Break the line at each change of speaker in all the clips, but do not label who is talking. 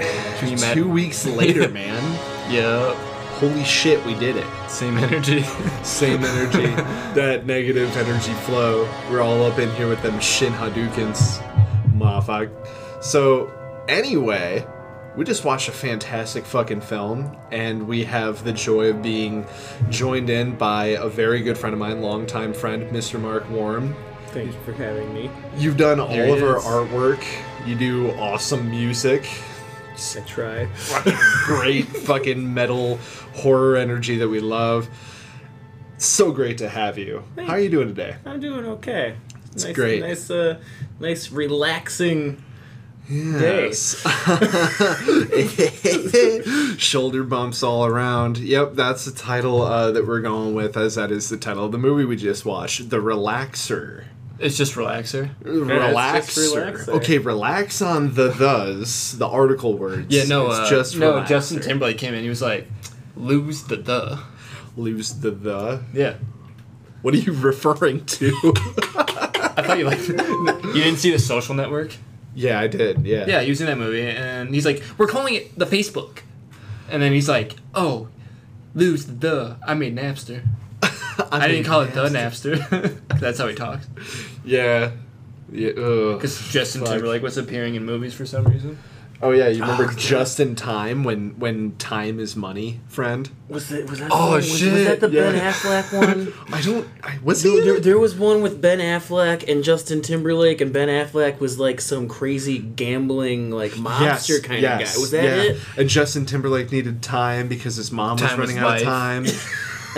met
two
him.
weeks later, man.
Yep.
Holy shit, we did it.
Same energy.
Same energy, that negative energy flow. We're all up in here with them Shin Hadoukens, motherfuck. So, anyway, we just watched a fantastic fucking film, and we have the joy of being joined in by a very good friend of mine, longtime friend, Mr. Mark Warm.
Thank you for having me.
You've done all
There
of
it
our
is.
artwork. You do awesome music.
I try.
Great fucking metal horror energy that we love. So great to have you. How are you doing today?
I'm doing okay. It's nice,
great.
Nice, uh, nice relaxing day.
Yes. Shoulder bumps all around. Yep, that's the title uh, that we're going with, as that is the title of the movie we just watched, The Relaxer.
It's just relaxer.
it's
Relaxer.
just relaxer.
Okay, relax on the thes, the article words.
Yeah, no,
it's
uh,
just
no.
relaxer.
Justin Timberlake came in. He was like, "Lose the the."
lose the the.
Yeah,
What are you referring to?
I thought you liked. you didn't see the Social Network?
yeah, I did. Yeah.
Yeah, he was in that movie, and he's like, "We're calling it the Facebook," and then he's like, "Oh, lose the the." I mean Napster. I,
mean,
didn't call it the Napster. That's how he talks.
Yeah. Yeah. ugh.
Because Justin
Fuck.
Timberlake was appearing in movies for some reason.
Oh yeah, you remember
Oh, God.
just in time when when time is money, friend.
Was that, was that
Oh,
the one- Was, was
shit,
that the Ben
yeah.
Affleck one?
I don't. I was he
no,
in
there,
it?
there was one with Ben Affleck and Justin Timberlake, and Ben Affleck was like some crazy gambling, like mobster kind of guy. Was that
yeah.
it?
And Justin Timberlake needed time because his mom was
Time
running
is
out of
life.
time,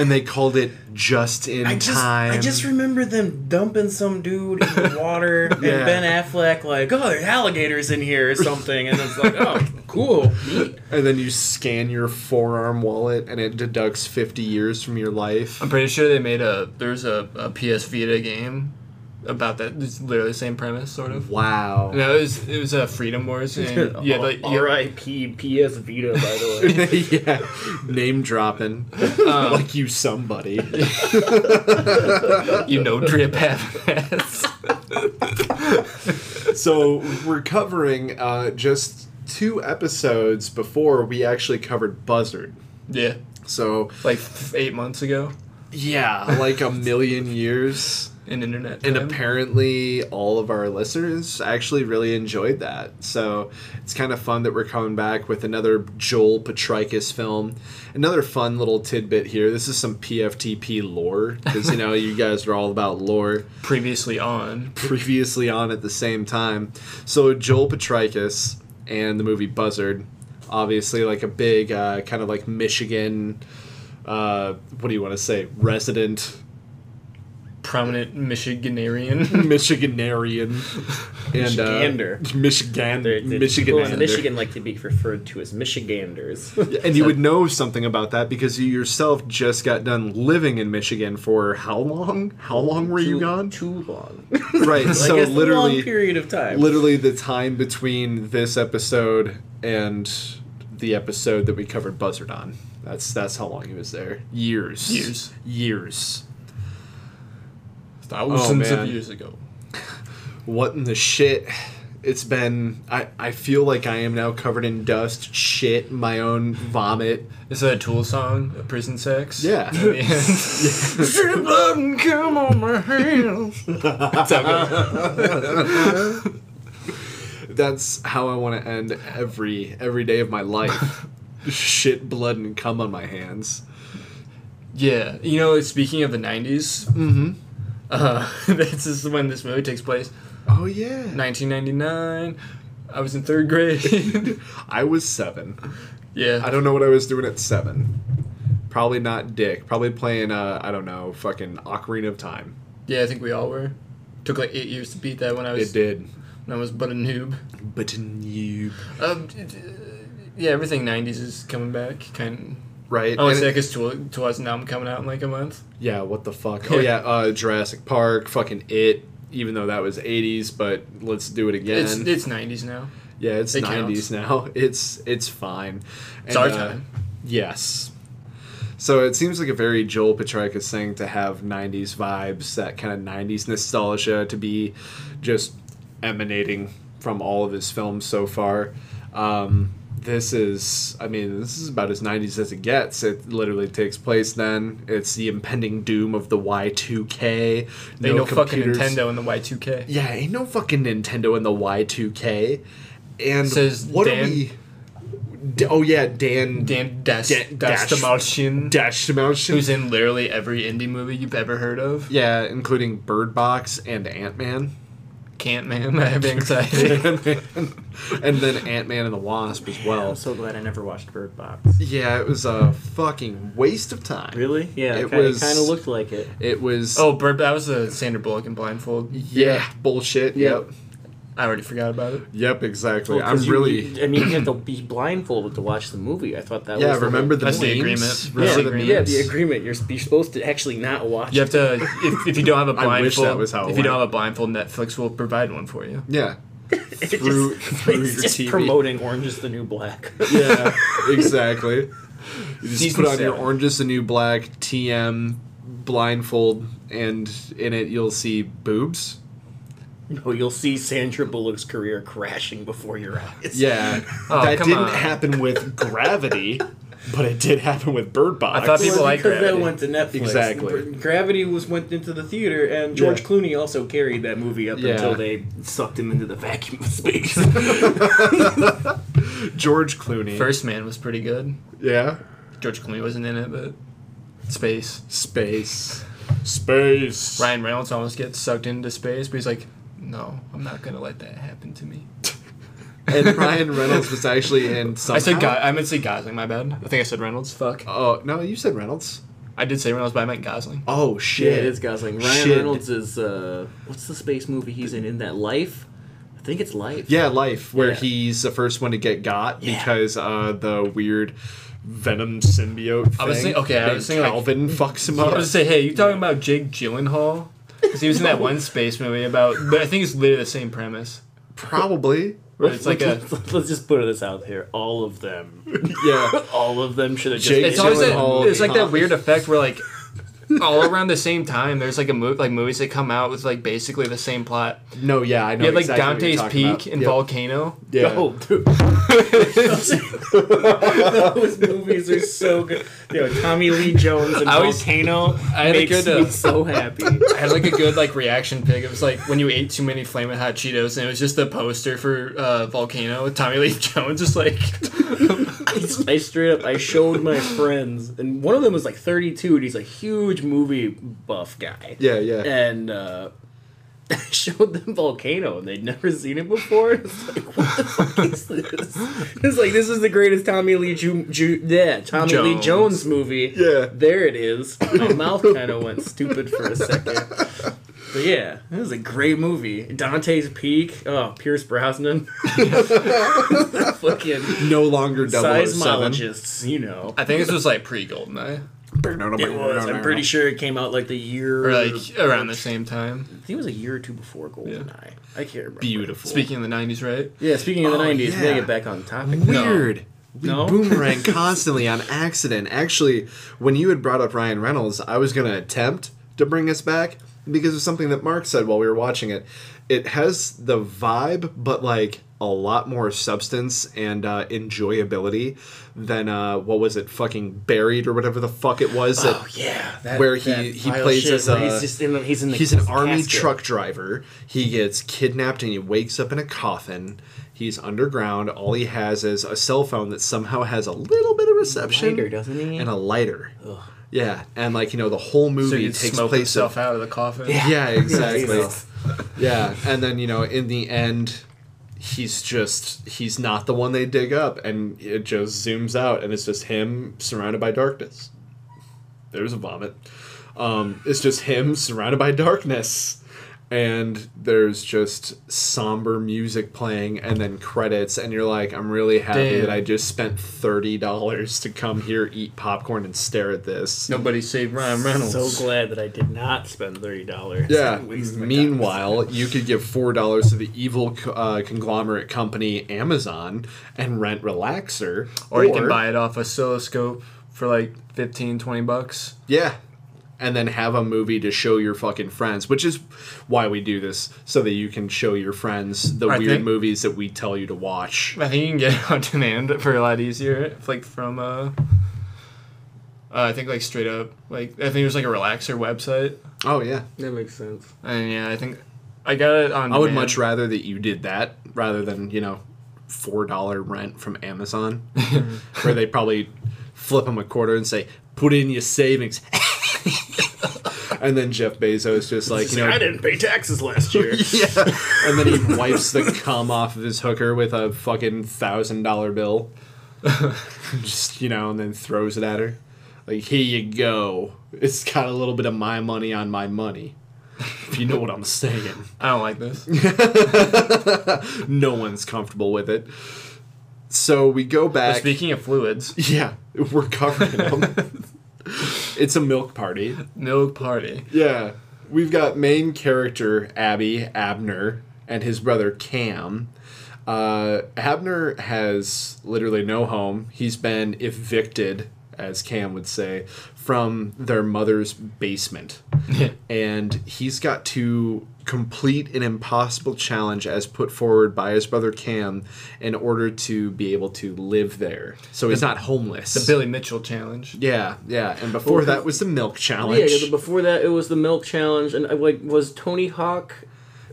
and they called it just in
I just,
time.
I just remember them dumping some dude in the water, and
Yeah.
Ben Affleck like, "Oh, there's alligators in here" or something, and it's like, "Oh, cool, neat."
and then you scan your forearm wallet, and it deducts fifty years from your life.
I'm pretty sure they made a there's a, a PS Vita game about that. It's literally the same premise, sort of.
Wow.
No, it was it was uh, Freedom Wars, and yeah, like you-
R.I.P. PS Vita, by the
yeah,
way.
name dropping like you somebody.
you know drip half ass.
so we're covering uh, just two episodes before we actually covered Buzzard.
yeah,
So
like f- eight months ago
yeah, like a million years.
in internet.
And
time.
apparently, all of our listeners actually really enjoyed that. So it's kind of fun that we're coming back with another Joel Petrikis film. Another fun little tidbit here. This is some PFTP lore because you know you guys were all about lore.
previously on.
previously on at the same time. So Joel Petrikis and the movie Buzzard, obviously like a big uh, kind of like Michigan, uh, what do you want to say, resident
prominent Michiganarian.
Michiganarian and
Michigander.
uh, Michigan
The, the people in
Michiganander.
Michigan like to be referred to as Michiganders.
And you would know something about that because you yourself just got done living in Michigan for how long? How long were you
Too-
gone?
Too long.
Right, so
like, it's a long
literally
period of time.
literally the time between this episode and the episode that we covered Buzzard on. That's that's how long he was there. Years.
Years.
Years.
Thousands
Oh, man.
of years ago.
What in the shit? It's been I, I feel like I am now covered in dust, shit, my own vomit.
Is that a Tool song? A prison sex?
Yeah.
I mean- Drip blood and cum on my hands. That's how it goes.
That's how I want to end every every day of my life. shit, blood and cum on my hands.
Yeah. You know, speaking of the 90s, mm-hmm. uh, this is when this movie takes place.
Oh yeah.
1999. I was in third grade.
I was 7.
yeah.
I don't know what I was doing at seven. Probably not dick. Probably playing, uh, I don't know, fucking Ocarina of Time.
yeah, I think we all were. Took like eight years to beat that when I
It
was
did.
when I was but a noob.
But you.
Um, d- d- yeah, everything 90s is coming back. Kind
Right?
of. Oh,
And
it's
it-
because Tool, Tool's album coming out in like a month.
yeah, what the fuck? Oh, yeah, uh, Jurassic Park, fucking It, even though that was 80s, but let's do it again.
It's it's 90s now.
yeah, it's
it
90s now. It's it's fine. And,
It's our
uh,
time.
Yes. So it seems like a very Joel Petrikis thing to have 90s vibes, that kind of 90s nostalgia to be just emanating from all of his films so far. Um, this is i mean this is about as 90s as it gets it literally takes place then it's the impending doom of the y2k
They know fucking Nintendo in the Y2K.
yeah ain't no fucking nintendo in the y2k and
Says
what
Dan-
are we D- oh yeah dan
Dan Dash
Da-
Dash
Dash-
Damalshin,
dash mountain
who's in literally every indie movie you've ever heard of.
yeah including bird box and ant-man
Can't man, I have anxiety.
Ant-Man. and then Ant-Man and the Wasp as well.
I'm so glad I never watched Bird Box.
Yeah, it was a fucking waste of time.
Really? Yeah,
It
it kind
was-
of looked like it.
It was
oh, Bird, that was the Sandra Bullock in Blindfold.
yeah, bullshit.
Yep.
Yep.
I already forgot about it.
Yep, exactly.
Well, 'cause
I'm
you-
really
you- I mean, you have to be blindfolded to watch the movie. I thought that.
Yeah,
was
remember
the.
the
That's the
memes?
agreement.
whole-
Remember
Yeah,
the
agreement.
memes?
yeah, the agreement. You're, you're supposed to actually not watch.
You have to if, if you don't have a blindfold.
I wish that was how it
if you don't
went.
have a blindfold, Netflix will provide one for you.
Yeah.
it. It
through-
just,
through
it's
your
just
TV.
promoting Orange is the New Black.
Yeah, exactly. You just
Season
put on your
seven.
Orange is the New Black TM blindfold and in it you'll see boobs.
no, you'll see Sandra Bullock's career crashing before your eyes.
Yeah.
Oh,
that
come
didn't
on.
happen with Gravity, but it did happen with Bird Box.
I thought people
Well,
like
because
Gravity.
that went to Netflix.
Exactly.
Gr- Gravity was went into the theater, and George
Yeah.
Clooney also carried that movie up
Yeah.
until they sucked him into the vacuum of space.
George Clooney.
First Man was pretty good.
Yeah.
George Clooney wasn't in it, but space.
Space. Space.
Ryan Reynolds almost gets sucked into space, but he's like, no, I'm not gonna let that happen to me.
And Ryan Reynolds was actually in somehow.
I said, Go- I meant to say Gosling. My bad. I think I said Reynolds. Fuck.
Oh no, you said Reynolds.
I did say Reynolds, but I meant Gosling.
Oh
yeah,
shit.
it is Gosling. Ryan
Shit.
Reynolds is uh, what's the space movie he's in? In that Life, I think it's Life.
Yeah, Life, where
Yeah.
he's the first one to get got
Yeah.
because uh, the weird venom symbiote. Thing.
I was thinking- okay, I
Big
was thinking, like-
Calvin fucks him
I was
up.
gonna say, hey, you talking about Jake Gyllenhaal? Because he was in that one space movie about, but I think it's literally the same premise.
Probably.
Where it's like a,
let's, let's just put this out here. All of them,
Yeah.
all of them should have just.
Jake
it's always
Gyllenhaal
that, it's like that
comes.
weird effect where like all around the same time there's like a move like movies that come out with like basically the same plot.
No, yeah, I know.
You had like
exactly what you're
Dante's
talking about.
Peak and
Yep.
Volcano.
Yeah.
Oh, dude. Those movies are so good. Yo, Tommy Lee Jones and
I always-
Volcano
had a
makes
good, uh,
me so happy.
I had like a good like reaction pic. It was like when you ate too many flaming hot Cheetos, and it was just the poster for uh, Volcano with Tommy Lee Jones, just like
I straight up, I showed my friends, and one of them was like 32, and he's a huge movie buff guy.
Yeah, yeah.
And uh, I showed them Volcano, and they'd never seen it before. It's like, what the fuck is this? It's like, this is the greatest Tommy Lee Ju- Ju- yeah, Tommy Lee
Jones.
Jones movie.
Yeah.
There it is. My mouth kind of went stupid for a second. But yeah, it was a great movie. Dante's Peak. Oh, Pierce Brosnan. fucking
No longer 007.
seismologists, you know.
I think this was like pre Goldeneye
It was. I'm pretty sure it came out like the year.
or like around the same time.
I think it was a year or two before GoldenEye. I can't remember.
beautiful.
Speaking of the '90s, right?
Yeah, speaking of the
Oh,
90s, we gotta
yeah.
get back on topic.
Weird. We
No?
boomerang constantly on accident. Actually, when you had brought up Ryan Reynolds, I was going to attempt to bring us back because of something that Mark said while we were watching it. It has the vibe, but like a lot more substance and uh, enjoyability than uh, what was it, fucking buried or whatever the fuck it was. That
Oh, yeah. that-
Where he-
that
he
vile
plays
shit
as
where
a-
He's, just in the, he's, in the,
he's an
his
army
casket.
truck driver. He gets kidnapped and he wakes up in a coffin. He's underground. All he has is a cell phone that somehow has a little bit of reception,
Lighter, doesn't he?
and a lighter. Yeah, and like you know, the whole movie
he
takes
smoked
place
himself
of
out of the coffin.
yeah, exactly.
Jesus.
yeah, and then you know, in the end, he's just he's not the one they dig up, and it just zooms out, and it's just him surrounded by darkness. There's a vomit. Um, it's just him surrounded by darkness. And there's just somber music playing, and then credits, and you're like, I'm really happy
Damn.
that I just spent thirty dollars to come here, eat popcorn, and stare at this.
Nobody saved Ryan Reynolds.
So glad that I did not spend $30.
Yeah. Mm-hmm.
Waste my
Meanwhile, you could give four dollars to the evil co- uh, conglomerate company Amazon and rent Relaxer,
or, you can buy it off oscilloscope for like 15, 20 bucks.
Yeah, and then have a movie to show your fucking friends, which is why we do this so that you can show your friends the
I
weird
think-
movies that we tell you to watch.
I think you can get it on demand for a lot easier. If, like from uh, uh, I think like straight up like I think it was like a relaxer website.
Oh yeah.
That makes sense.
And yeah, I think I got it on.
I would
demand.
much rather that you did that rather than, you know, $4 rent from Amazon, where they probably flip them a quarter and say, put in your savings. and then Jeff Bezos just like,
It's
you
like,
know,
I didn't pay taxes last year.
yeah. and then he wipes the cum off of his hooker with a fucking $1,000 bill. just, you know, and then throws it at her. Like, here you go. It's got a little bit of my money on my money. If you know what I'm saying.
I don't like this.
no one's comfortable with it. So we go back.
Speaking of fluids,
yeah, we're covering them. it's a milk party.
milk party.
Yeah, we've got main character Abby Abner and his brother Cam. Uh, Abner has literally no home. He's been evicted, as Cam would say, from their mother's basement and he's got to complete an impossible challenge as put forward by his brother Cam in order to be able to live there. So he's not homeless.
the Billy Mitchell challenge.
yeah, yeah. And before that was the milk
Yeah,
challenge.
yeah, before that it was the milk challenge, and uh, like was Tony Hawk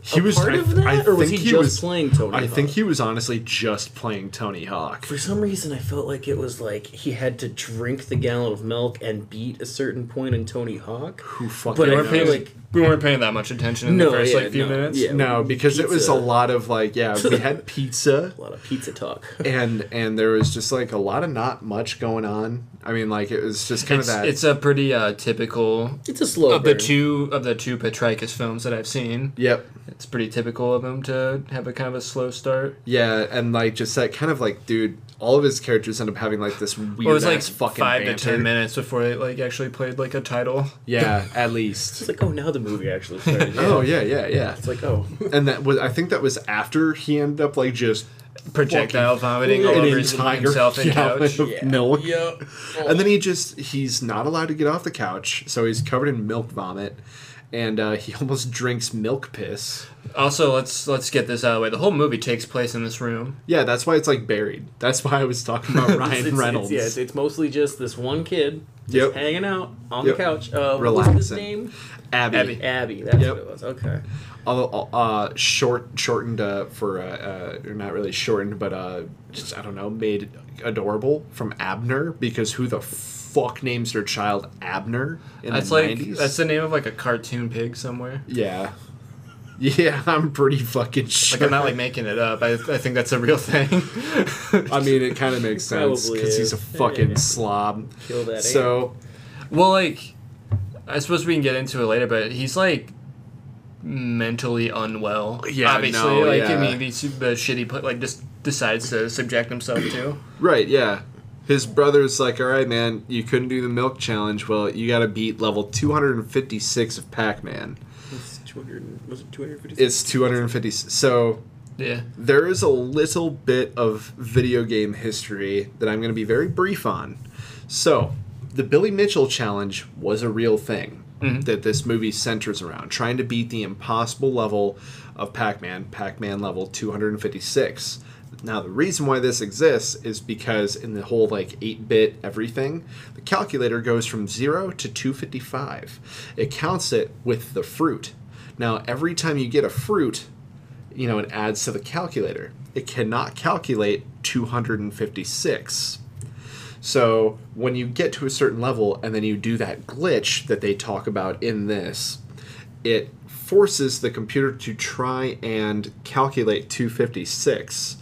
he was
part
I-
of that,
I
or was he
think
just playing Tony?
I
Hawk?
think he was honestly just playing Tony Hawk.
For some reason, I felt like it was like he had to drink the gallon of milk and beat a certain point in Tony Hawk.
Who fucking
But I
knows?
feel like
We weren't paying that much attention in
no,
the first
yeah,
like few
no,
minutes.
Yeah,
no, because it was a
pizza.
lot of like, yeah, we had pizza.
a lot of pizza talk.
And and there was just like a lot of not much going on. I mean, like it was just kind
It's,
of that.
it's a pretty uh, typical
It's a slow
of the
burn.
two of the two Petrikis films that I've seen.
yep.
It's pretty typical of him to have a kind of a slow start.
Yeah, and like just that kind of like, dude, all of his characters end up having like this weird
Well, it was like
ass fucking
five
banter.
to ten minutes before they like actually played like a title.
Yeah, at
It's
least.
like oh, now the movie actually started. yeah.
Oh yeah, yeah, yeah.
It's like oh,
And that was I think that was after he ended up like just
Projectile vomiting all
an
over his,
entire
himself and
gallon
couch.
of milk.
Yep.
And then he just he's not allowed to get off the couch, so he's covered in milk vomit, and uh, he almost drinks milk piss.
Also, let's let's get this out of the way. The whole movie takes place in this room.
Yeah, that's why it's like buried. That's why I was talking about
It's-
Ryan
it's-
Reynolds.
It's, yeah, it's, it's mostly just this one kid just
Yep.
hanging out on
Yep.
the couch. Uh, what was his
Relaxing.
name?
Abby.
Abby.
Abby. That's
Yep.
what it was. Okay.
Although uh, short shortened uh, for uh, uh, or not really shortened, but uh, just I don't know, made adorable from Abner because who the fuck names their child Abner in
That's
the
like
90s?
that's the name of like a cartoon pig somewhere.
yeah, yeah. I'm pretty fucking sure.
Like I'm not like making it up. I, I think that's a real thing.
I mean, it kind of makes sense
Probably
because he's
is.
a fucking slob.
Kill that
So
well, like I suppose we can get into it later, but he's like mentally unwell.
Yeah,
obviously.
no,
like
yeah.
I mean, the, the shit he put like just decides to subject himself to.
right, yeah. His brother's like, all right, man, you couldn't do the milk challenge. Well, you got to beat level 256 of Pac-Man.
It's 200, was it 250?
It's 250. So
Yeah,
there is a little bit of video game history that I'm going to be very brief on. So, the Billy Mitchell challenge was a real thing that this movie centers around, trying to beat the impossible level of Pac Man, Pac Man level 256. Now, the reason why this exists is because in the whole like 8 bit everything, the calculator goes from 0 to 255. It counts it with the fruit. Now, every time you get a fruit, you know, it adds to the calculator. It cannot calculate 256. So when you get to a certain level and then you do that glitch that they talk about in this, it forces the computer to try and calculate 256.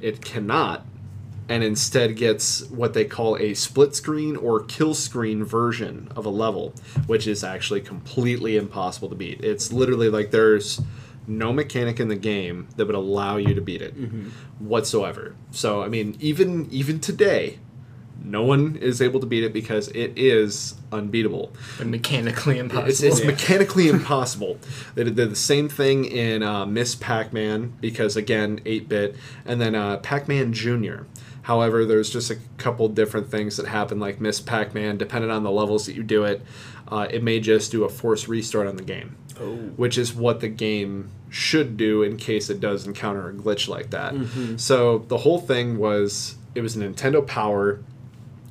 It cannot, and instead gets what they call a split screen or kill screen version of a level, which is actually completely impossible to beat. It's literally like there's no mechanic in the game that would allow you to beat it whatsoever. So I mean, even even today, no one is able to beat it because it is unbeatable.
but mechanically impossible.
It's, it's mechanically impossible. They did the same thing in uh, Miss Pac Man, because again, 8 bit, and then uh, Pac Man Jr. However, there's just a couple different things that happen, like Miss Pac Man, depending on the levels that you do it. uh, it may just do a force restart on the game,
Oh.
which is what the game should do in case it does encounter a glitch like that. So the whole thing was it was a Nintendo Power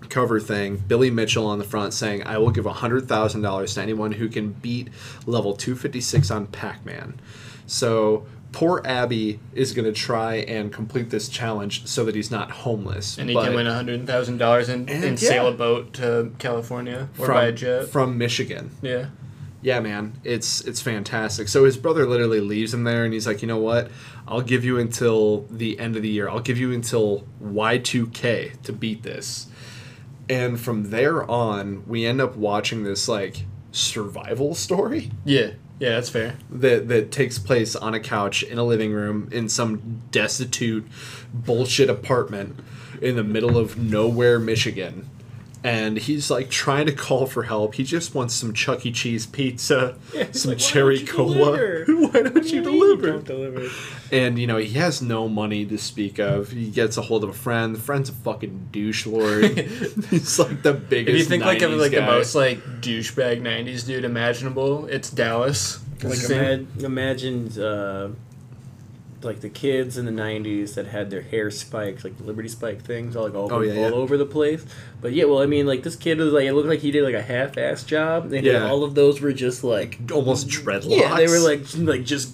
cover thing, Billy Mitchell on the front saying, I will give $100,000 to anyone who can beat level 256 on Pac Man. So poor Abby is going to try and complete this challenge so that he's not homeless.
And he
but
can win hundred thousand dollars and, and,
And,
sail
yeah.
a boat to California or
from,
buy a jet.
from Michigan.
yeah.
Yeah, man, it's it's fantastic. So his brother literally leaves him there, and he's like, you know what? I'll give you until the end of the year. I'll give you until Y two K to beat this. And from there on, we end up watching this like survival story
Yeah. Yeah, that's fair.
that that takes place on a couch in a living room in some destitute bullshit apartment in the middle of nowhere, Michigan. And he's like trying to call for help. He just wants some Chuck E. Cheese pizza,
He's
some
like, "Why don't
cherry
you
cola.
deliver?
Why don't you deliver?
Don't deliver.
And you know he has no money to speak of. He gets a hold of a friend. The friend's a fucking douche lord. he's like the biggest.
If you think like of
90s
like the
guy.
most like douchebag '90s dude imaginable, it's Dallas.
Like
His name-
imag- imagine, uh, like the kids in the '90s that had their hair spiked, like the Liberty Spike things, all like all,
Oh,
over,
yeah, yeah.
all over the place. But yeah, well, I mean, like this kid was like, it looked like he did like a half-ass job, and
Yeah.
all of those were just like,
almost dreadlocks.
yeah, they were like, like just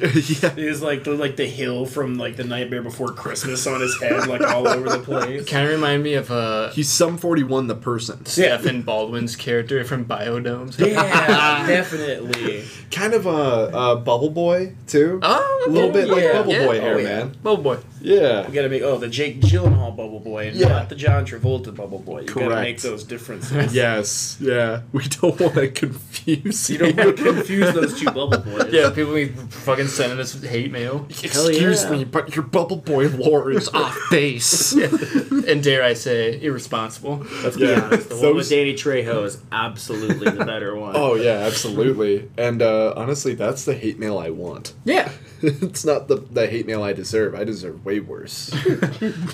yeah.
It was like the like the hill from like the Nightmare Before Christmas on his head, like all over the place.
Kind of remind me of uh,
He's some forty-one. The person.
Stephen Baldwin's character from Biodomes.
Yeah, definitely.
kind of a, a bubble boy too.
Oh,
a little bit like
yeah,
bubble
yeah.
boy hair,
Oh, yeah.
man.
Bubble boy.
Yeah.
You gotta make oh the Jake Gyllenhaal bubble boy, and
Yeah.
not the John Travolta bubble boy. You gotta
Correct.
make those differences.
Yes. Yeah. We don't want to confuse
You don't
him.
want to confuse those two bubble boys.
Yeah, people be fucking sending us hate mail.
Hell
Excuse
yeah.
me, but your bubble boy lore is off base.
and dare I say, irresponsible.
Let's be
Yeah.
honest. The one
Those-
with Danny Trejo is absolutely the better one.
Oh yeah, absolutely. And uh, honestly, that's the hate mail I want.
Yeah,
it's not the the hate mail I deserve. I deserve way worse.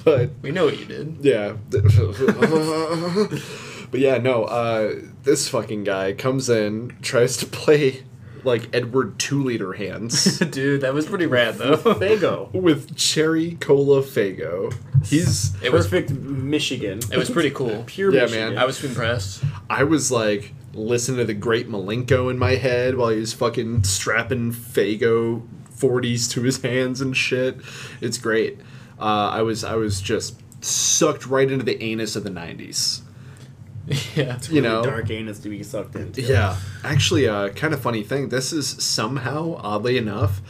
but
we know what you did.
Yeah. but yeah, no, uh, this fucking guy comes in, tries to play like Edward two liter hands
Dude, that was pretty rad though.
Fago.
with cherry cola fago. He's
It was
Perfect Michigan.
it was pretty cool.
pure
Yeah,
Michigan.
man.
I was impressed.
I was like listening to the great Malenko in my head while he was fucking strapping Fago forties to his hands and shit. It's great. Uh, I was I was just sucked right into the anus of the nineties.
Yeah.
You know,
dark anus to be sucked into.
Yeah, actually, uh, kind of funny thing. This is somehow, oddly enough,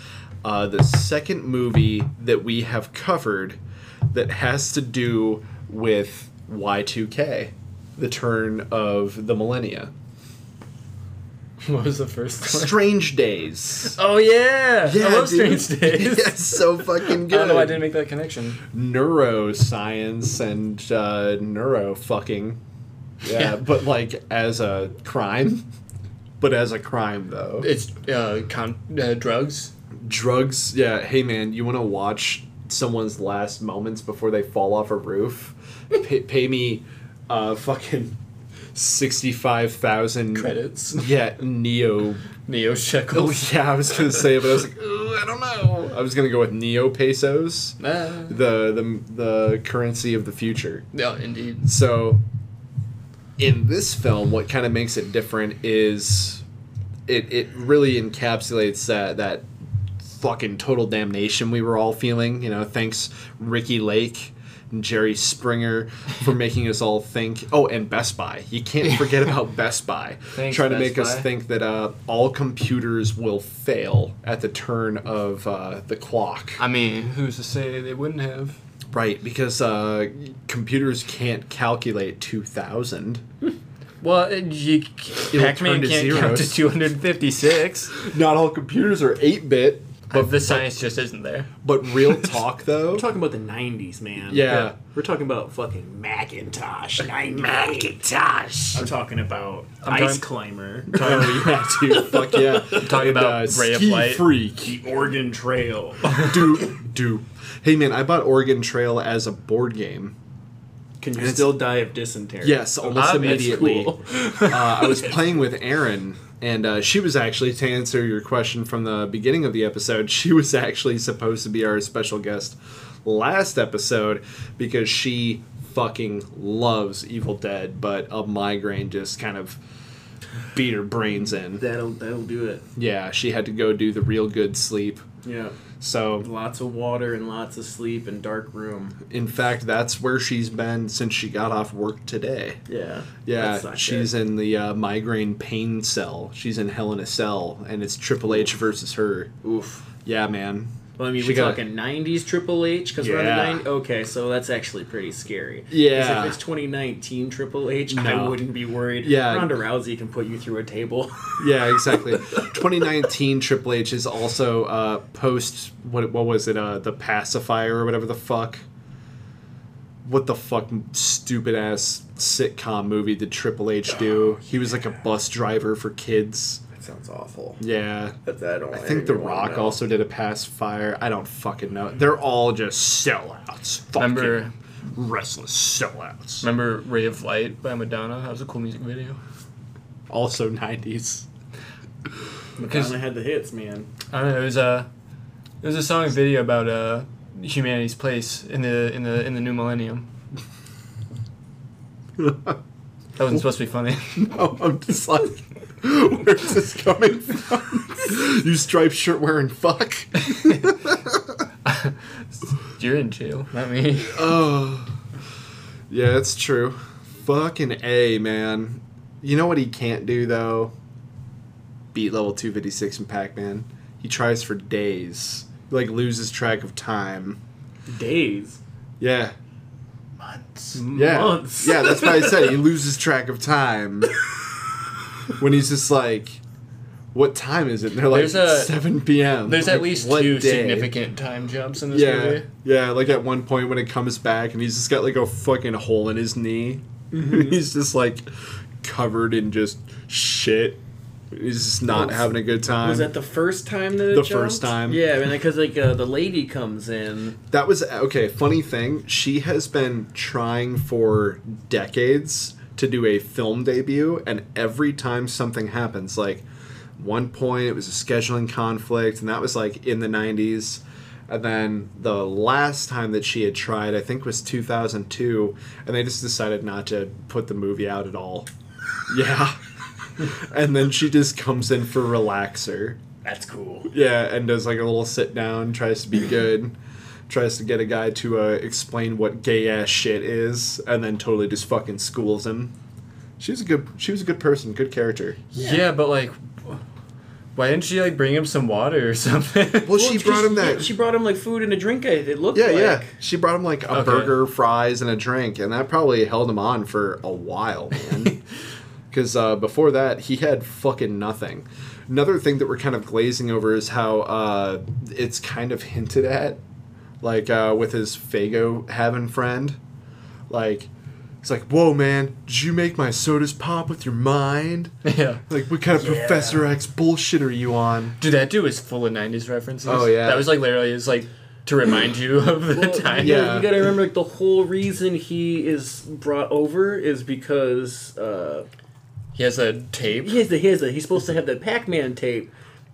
uh, the second movie that we have covered that has to do with Y2K, the turn of the millennia.
What was the first one?
Strange Days.
Oh yeah,
Yeah,
I love
dude.
Strange Days.
Yeah, it's so fucking
I
good.
don't know why I didn't make that connection.
Neuroscience and uh, neuro fucking. Yeah,
Yeah.
but like as a crime. But as a crime, though.
It's uh, con- uh drugs.
drugs yeah hey man you want to watch someone's last moments before they fall off a roof pay, pay me uh fucking 65,000
Credits.
yeah neo
Neo
oh
shekels.
yeah i was going to say but i was like "Ooh, i don't know i was going to go with neo pesos
Ah.
the the the currency of the future
Yeah, indeed.
so, in this film, what kind of makes it different is it, it really encapsulates that that fucking total damnation we were all feeling. You know, thanks Ricky Lake and Jerry Springer for making us all think. Oh, and Best Buy. You can't forget about Best Buy.
Thanks,
trying to
Best
make us
Buy.
think that uh, all computers will fail at the turn of uh, the clock.
I mean, who's to say they wouldn't have?
Right, because uh, computers can't calculate 2000.
Well, you, Pac-Man
turn to
can't count to
zeros.
256.
Not all computers are 8 bit,
but the science just isn't there.
but real talk though.
We're talking about the '90s, man.
Yeah.
We're talking about fucking Macintosh. Macintosh. I'm talking about
I'm
Ice
talking-
Climber.
oh, yeah, dude. Fuck yeah. uh,
Talking about Ray of
Ski
Light.
Freak.
the Oregon Trail.
Doop, doop. Hey man, I bought Oregon Trail as a board game.
Can you
And it's-
still die of dysentery?
Yes, almost
Obviously.
immediately.
Cool.
uh, I was playing with Erin, and uh, she was actually to answer your question from the beginning of the episode. She was actually supposed to be our special guest last episode because she fucking loves Evil Dead, but a migraine just kind of beat her brains in.
That'll that'll do it.
Yeah, she had to go do the real good sleep.
Yeah.
So,
Lots of water and lots of sleep and dark room.
in fact, that's where she's been since she got off work today.
Yeah. That's
Yeah,
not
she's
good.
in the uh, migraine pain cell. She's in Hell in a Cell, and it's Triple H versus her.
Oof.
Yeah, man.
Well, I mean,
She
we're
got-
talking '90s Triple H because we're on the
Yeah.
nine. Okay, so that's actually pretty scary. 'Cause
Yeah.
If it's 2019 Triple H, I
No.
wouldn't be worried.
Yeah.
Ronda Rousey can put you through a table.
Yeah, exactly. 2019 Triple H is also uh, post what what was it? Uh, the pacifier or whatever the fuck. What the fuck stupid ass sitcom movie did Triple H do?
Oh,
He was like a bus driver for kids.
that sounds awful.
Yeah.
But that don't
I think The Rock also did a pacifier. I don't fucking know. They're all just sellouts. Fucking
Remember-
restless sellouts.
Remember Ray of Light by Madonna? That was a cool music video.
Also nineties.
Madonna had the hits, man.
I don't know. It was a it was a song and video about uh, humanity's place in the in the in the new millennium. That wasn't supposed to be funny.
No, Oh, I'm just like, where's this coming from? you striped shirt wearing fuck.
You're in jail, not me.
Oh, yeah, that's true. Fucking a man. You know what he can't do though? Beat level two fifty six in Pac Man. He tries for days. Like loses track of time.
Days.
Yeah,
Months.
Yeah.
Months.
Yeah, that's what I said. He loses track of time. when he's just like, what time is it? And they're like,
There's a-
7 p.m.
There's at
Like,
least
what
two
day?
significant time jumps in this
Yeah.
movie.
Yeah, like at one point when it comes back and he's just got like a fucking hole in his knee.
Mm-hmm.
he's just like covered in just shit. He's just not
Was-
having a good time.
Was that the first time that it
The
jumped?
first time.
Yeah, I mean, because like uh, the lady comes in.
That was okay. Funny thing, she has been trying for decades to do a film debut, and every time something happens, like one point it was a scheduling conflict, and that was like in the 90s. And then the last time that she had tried, I think was 2002, and they just decided not to put the movie out at all. Yeah. and then she just comes in for Relaxer.
That's cool.
Yeah, and does like a little sit down, tries to be good, tries to get a guy to uh, explain what gay ass shit is, and then totally just fucking schools him. She was a good. She was a good person, good character.
Yeah. but like, why didn't she like bring him some water or something?
Well, she
Well,
brought him
yeah,
that.
she brought him like food and a drink. It it looked
yeah,
like.
yeah. She brought him like a
Okay.
burger, fries, and a drink, and that probably held him on for a while, man. Because uh, before that, he had fucking nothing. Another thing that we're kind of glazing over is how uh, it's kind of hinted at, like uh, with his Fago having friend, like. He's like, whoa, man! Did you make my sodas pop with your mind?
yeah.
Like, what kind of
Yeah.
Professor X bullshit are you on?
Dude, that dude was full of '90s references.
Oh, yeah.
That was like literally is like to remind you of the
Well,
time.
you know,
Yeah.
you gotta remember, like the whole reason he is brought over is because uh,
He has a tape.
he has the he has the, he's supposed to have the Pac-Man tape.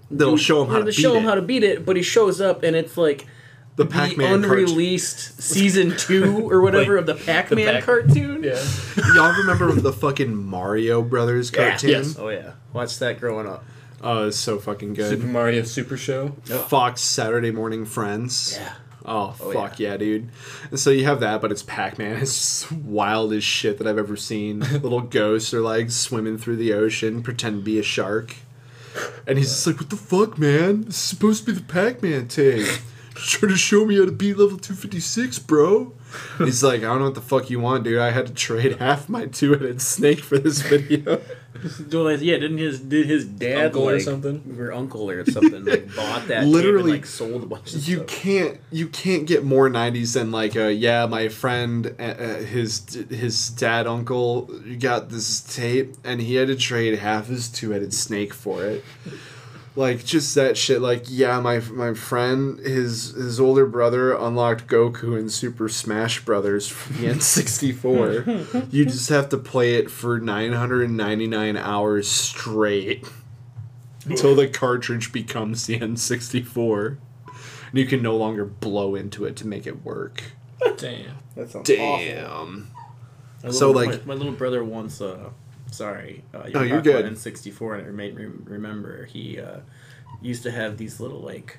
They'll
Dude,
show him how
yeah,
to
they
beat
show him
it.
how to beat it, but he shows up and it's like
the
the
Pac-Man cartoon.
unreleased season two or whatever
Like,
of the Pac-Man
Pac-
cartoon.
Yeah.
Y'all remember the fucking Mario Brothers
Yeah.
cartoon?
Yes. Oh yeah. Watch that growing up.
Oh, it's so fucking
Super
good.
Mario Super Show.
Fox Saturday Morning Friends.
Yeah.
Oh,
Oh,
fuck yeah. dude. And so you have that, but it's Pac Man. It's just wild as shit that I've ever seen. Little ghosts are like swimming through the ocean, pretend to be a shark. And he's just like, what the fuck, man? This is supposed to be the Pac Man tape. Trying to show me how to beat level 256, bro. He's like, I don't know what the fuck you want, dude. I had to trade half my two headed snake for this video.
Well, like, yeah, didn't his did his dad
Uncle or
like,
something?
or uncle or something like bought that
Literally,
literally like sold a bunch of
you
stuff.
can't you can't get more 90s than like uh yeah my friend uh, uh, his his dad uncle got this tape and he had to trade half his two-headed snake for it like just that shit like yeah my my friend his his older brother unlocked goku in super smash brothers for the n64 you just have to play it for 999 hours straight until the cartridge becomes the n64 and you can no longer blow into it to make it work
Damn.
That sounds
damn
My
So,
little-
like-
my, my little brother once. Uh, sorry, uh,
No, you're
talking about
good.
N64, and it made me remember he uh, used to have these little like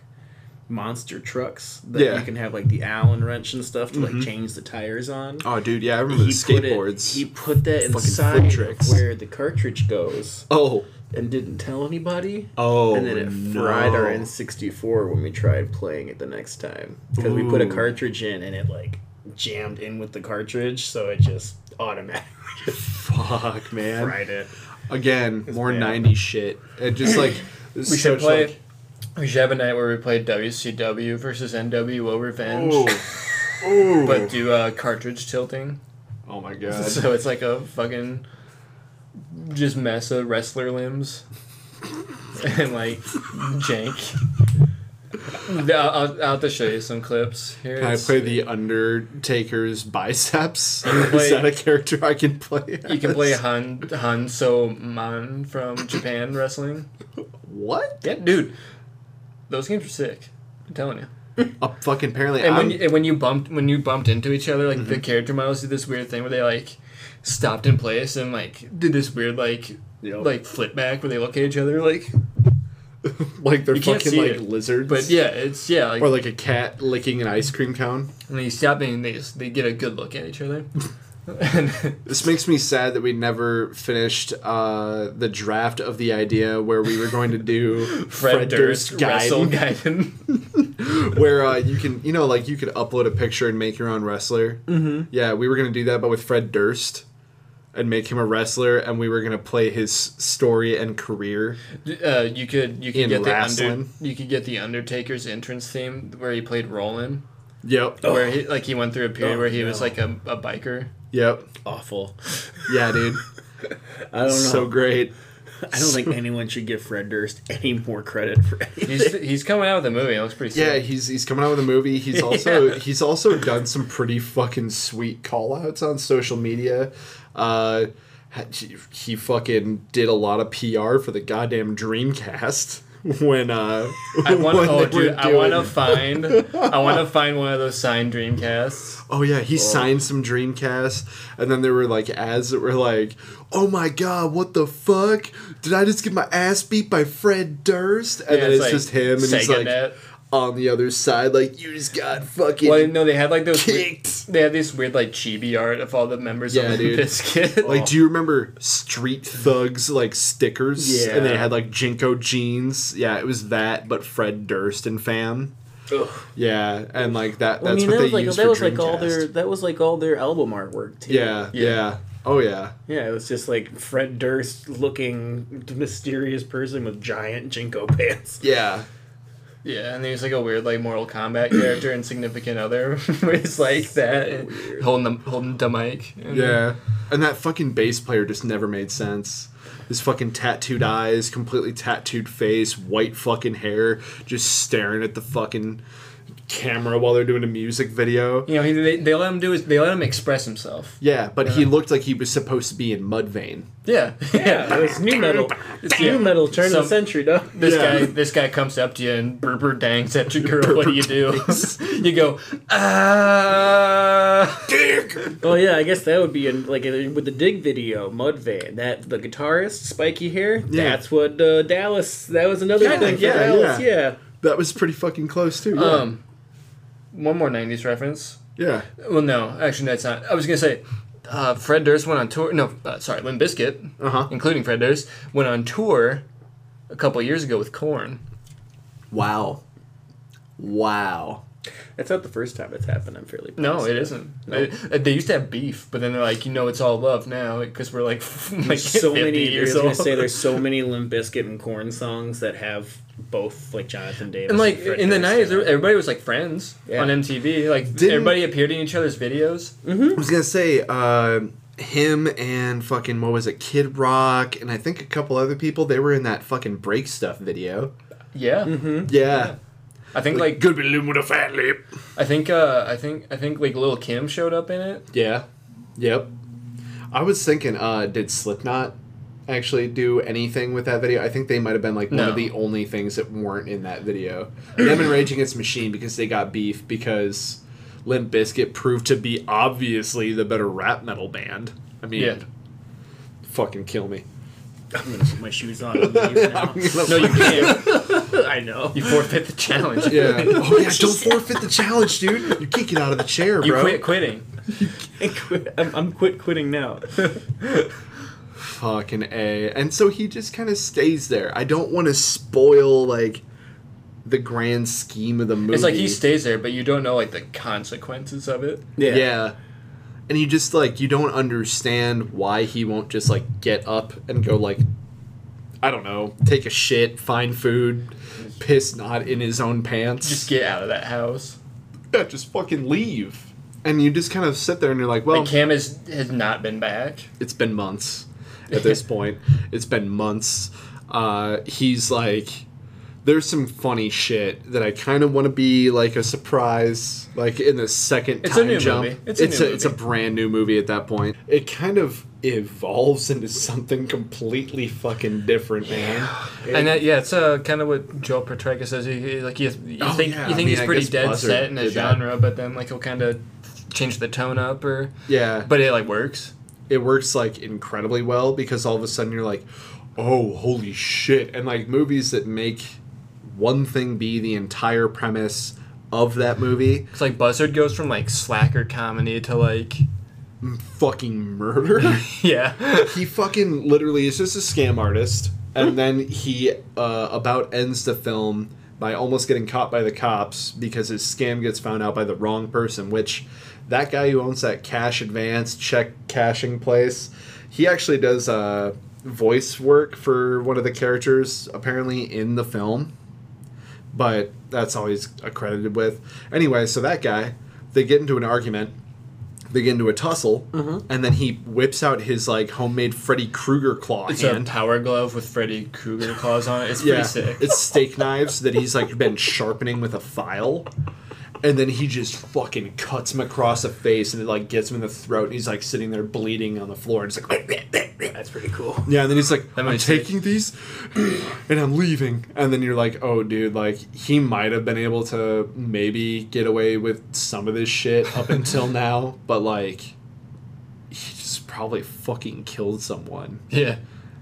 monster trucks that
Yeah. Mm-hmm.
you can have like the Allen wrench and stuff to like change the tires on.
oh dude yeah i remember the skateboards
Put it, he put that
Fucking foot
inside
tricks.
of where the cartridge goes,
oh
and didn't tell anybody.
oh
and then it
no.
fried our N64 when we tried playing it the next time because we put a
Ooh.
cartridge in and it like jammed in with the cartridge, so it just automatically just
fuck man
fried it.
Again, more
bad.
90s shit. It just like
We should play. we should have a night where we play WCW versus NWO Revenge, but do uh, cartridge tilting.
oh my god.
So it's like a fucking just mess of wrestler limbs and like jank. I'll, I'll, I'll have to show you some clips here.
Can I
It's-
play the Undertaker's biceps?
can
Is
play-
that a character I can play?
You can play
as?
Han Han So Man from Japan wrestling.
what?
Yeah, dude, those games are sick. I'm telling you.
Uh, fucking apparently.
And when
I'm- Mm-hmm.
you, and when you bumped when you bumped into each other, like the character models did this weird thing where they like stopped in place and like did this weird like
Yep.
like flip back where they look at each other like.
like they're
you can't
fucking
see
like
it,
lizards,
But yeah, it's yeah like
or like a cat licking an ice cream cone.
when they stop and they just they get a good look at each other. and
This makes me sad that we never finished uh, the draft of the idea where we were going to do
Fred, Durst,
Guide.
wrestle Gaiden.
where uh, you can you know like you could upload a picture and make your own wrestler. Mm-hmm. Yeah, we were gonna do that, but with Fred Durst, and make him a wrestler, and we were gonna play his story and career.
Uh, you could you could
In
get the under,
wrestling.
you could get the Undertaker's entrance theme where he played Roland,
Yep.
where he like he went through a period
Oh,
where he was
no.
like a, a biker.
Yep.
Awful.
Yeah, dude.
I don't know.
so great.
I don't think anyone should give Fred Durst any more credit for anything.
He's he's coming out with a movie. It looks pretty.
Yeah,
sick.
he's he's coming out with a movie. He's also he's also done some pretty fucking sweet call outs on social media. Uh, he, he fucking did a lot of PR for the goddamn Dreamcast when uh
I want
when
oh,
they were
dude, I want to
doing-
find I want to find one of those signed Dreamcasts.
Oh yeah, he signed some Dreamcast, and then there were like ads that were like, "Oh my god, what the fuck? Did I just get my ass beat by Fred Durst?" And
Yeah,
then
it's
it's
like
just him, and he's like
SegaNet.
on the other side, like you just got fucking
Well, no, they had like those. Weird,
kicked.
they had this weird like chibi art of all the members
Yeah,
of the
dude. Oh,
biscuit.
Like,
Oh.
do you remember Street Thugs like stickers?
Yeah.
and they had like Jinko jeans. Yeah, it was that, but Fred Durst and fam.
Ugh.
Yeah, and like that. That's
I mean,
what
that was
they
like
used
that
for
was like all
Dreamcast.
their that was like all their album artwork too.
Yeah,
Yeah.
yeah. Oh yeah.
yeah. It was just like Fred Durst looking mysterious person with giant jinko pants.
Yeah.
Yeah, and there's like a weird like Mortal Kombat character and Significant Other where it's like that and holding the holding the mic. And
Yeah. And that fucking bass player just never made sense. His fucking tattooed eyes, completely tattooed face, white fucking hair, just staring at the fucking camera while they're doing a music video.
You know, he, they, they let him do his, they let him express himself.
Yeah, but he looked like he was supposed to be in Mudvayne.
Yeah.
Yeah, it was new metal. It's new metal turn of
Some-
the century, dog.
This
Yeah.
guy this guy comes up to you and berber dangs at your girl. what do you do? you go, ah.
Well, yeah, I guess that would be in like in- with the Dig video, Mudvayne. That the guitarist, spiky hair.
Yeah.
That's what uh, Dallas. That was another
Kinda,
thing for
yeah,
Dallas.
yeah.
Yeah.
That was pretty fucking close too. Yeah.
Um, one more 90s reference.
yeah.
Well, no, actually, that's not. I was going to say, uh, Fred Durst went on tour. No, uh, sorry, Limp Bizkit,
Uh-huh.
including Fred Durst, went on tour a couple years ago with Korn.
Wow. Wow.
That's not the first time it's happened. I'm fairly
No,
positive.
it isn't. They, they used to have beef, but then they're like, you know, it's all love now because we're like, like
so
50
many. I was
years
gonna
old.
say there's so many Limp Bizkit and Corn songs that have both like Jonathan Davis
and like
Fred
in the
Durst
nineties,
in it.
everybody was like friends
Yeah.
on MTV. Like
Didn't-
everybody appeared in each other's videos.
I was gonna say, uh, him and fucking what was it, Kid Rock, and I think a couple other people. They were in that fucking break stuff video.
Yeah,
Mm-hmm.
Yeah.
I think like
Could be living with a fat lip.
I think uh I think I think like Lil Kim showed up in it.
Yeah. Yep. I was thinking, uh, did Slipknot actually do anything with that video? I think they might have been like one
No.
of the only things that weren't in that video. Them and Rage Against the Machine because they got beef because Limp Bizkit proved to be obviously the better rap metal band. I mean,
Yeah.
fucking kill me.
I'm gonna put my shoes on. and leave now.
No, you can't.
I know.
you forfeit the challenge.
Yeah. Oh yeah. Don't forfeit the challenge, dude. You can't get out of the chair,
You
bro.
quit quitting.
Quit- I'm, I'm quit quitting now.
Fucking A. And so he just kind of stays there. I don't want to spoil, like, the grand scheme of the movie.
It's like he stays there, but you don't know like the consequences of it.
Yeah. And you just, like, you don't understand why he won't just, like, get up and go, like, I don't know, take a shit, find food, piss not in his own pants.
Just get out of that house.
yeah, just fucking leave. And you just kind of sit there and you're like, well,
Like Cam has has not been back.
it's been months at this point. It's been months. Uh, he's like, there's some funny shit that I kind of want to be like a surprise, like in the second
It's a
time
new
jump.
movie. It's a new
it's a
movie.
brand new movie at that point. It kind of evolves into something completely fucking different, man.
And that, yeah, it's uh, kind of what Joel Petraka says. He, he- like you, you
Oh,
think
yeah, I
you think
mean,
he's
I
pretty
guess
dead
Buzzard
set in the
did that.
genre, but then like he'll kind of change the tone up, or
Yeah, but
but it like works.
it works like incredibly well because all of a sudden you're like, oh, holy shit, and like movies that make one thing be the entire premise of that movie
It's like Buzzard goes from like slacker comedy to like
fucking murder.
yeah,
he fucking literally is just a scam artist, and then he uh, about ends the film by almost getting caught by the cops because his scam gets found out by the wrong person. Which that guy who owns that cash advance check cashing place, he actually does uh, voice work for one of the characters apparently in the film but that's all he's accredited with. Anyway, so that guy, they get into an argument, they get into a tussle,
Mm-hmm.
and then he whips out his like homemade Freddy Krueger claw
it's a
hand.
power glove with Freddy Krueger claws on it. It's
yeah,
pretty sick.
it's steak knives that he's like been sharpening with a file. And then he just fucking cuts him across the face and it like gets him in the throat and he's like sitting there bleeding on the floor and it's like
That's pretty cool.
Yeah, and then he's like, I'm
makes sense.
taking these and I'm leaving. And then you're like, oh, dude, like, he might have been able to maybe get away with some of this shit up until now, but like, he just probably fucking killed someone.
yeah,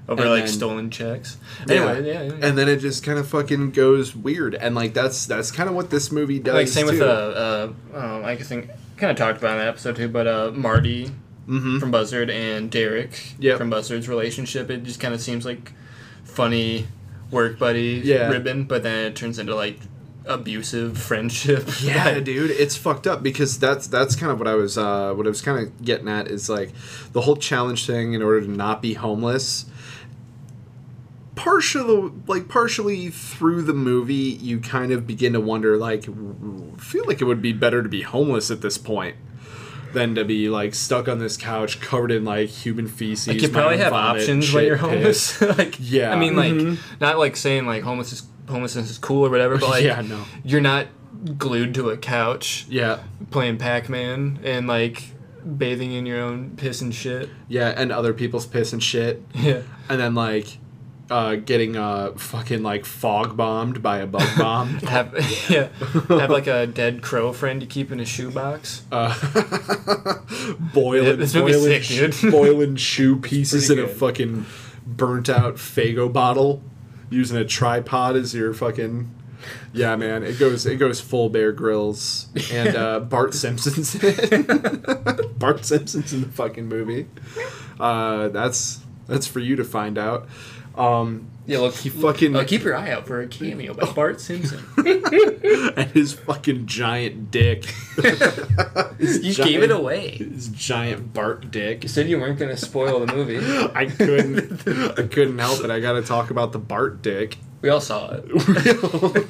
over
And
like
then-
stolen checks. Anyway, yeah, yeah.
And then it just kind of fucking goes weird. And like, that's that's kind of what this movie does.
like same with
too.
uh, uh um, I think kind of talked about in that episode too, but uh Marty from Buzzard and Derek
Mm-hmm. Yep.
from Buzzard's relationship, it just kind of seems like funny work buddy
Yeah.
ribbon, but then it turns into like abusive friendship.
Yeah,
Like,
dude, it's fucked up because that's that's kind of what I was uh, what I was kind of getting at is like the whole challenge thing in order to not be homeless. Partially, like partially through the movie, you kind of begin to wonder, like, w- feel like it would be better to be homeless at this point than to be like stuck on this couch covered in like human feces.
you probably
my own
have
vomit,
options when
shit,
you're
piss.
homeless. like
Yeah.
I mean like not like saying like homeless is homelessness is cool or whatever, but like
Yeah, no.
you're not glued to a couch
Yeah,
playing Pac-Man and like bathing in your own piss and shit.
yeah, and other people's piss and shit.
Yeah.
and then like uh, getting uh, fucking like fog bombed by a bug bomb.
Have yeah, have like a dead crow friend you keep in a shoebox.
uh, boiling,
This movie's
boiling,
sick,
sh-
dude.
boiling shoe pieces in
pretty
a
good.
fucking burnt out Fago bottle, using a tripod as your fucking. Yeah, man, it goes it goes full Bear Grylls and uh, Bart Simpson's in it. Bart Simpson's in the fucking movie. Uh, that's that's for you to find out. Um,
Yeah, look,
he fucking
uh, keep your eye out for a cameo by Bart Simpson.
and his fucking giant dick.
you gave it away.
His giant Bart dick.
You said you weren't gonna spoil the movie.
I couldn't. I couldn't help it. I got to talk about the Bart dick.
We all saw it.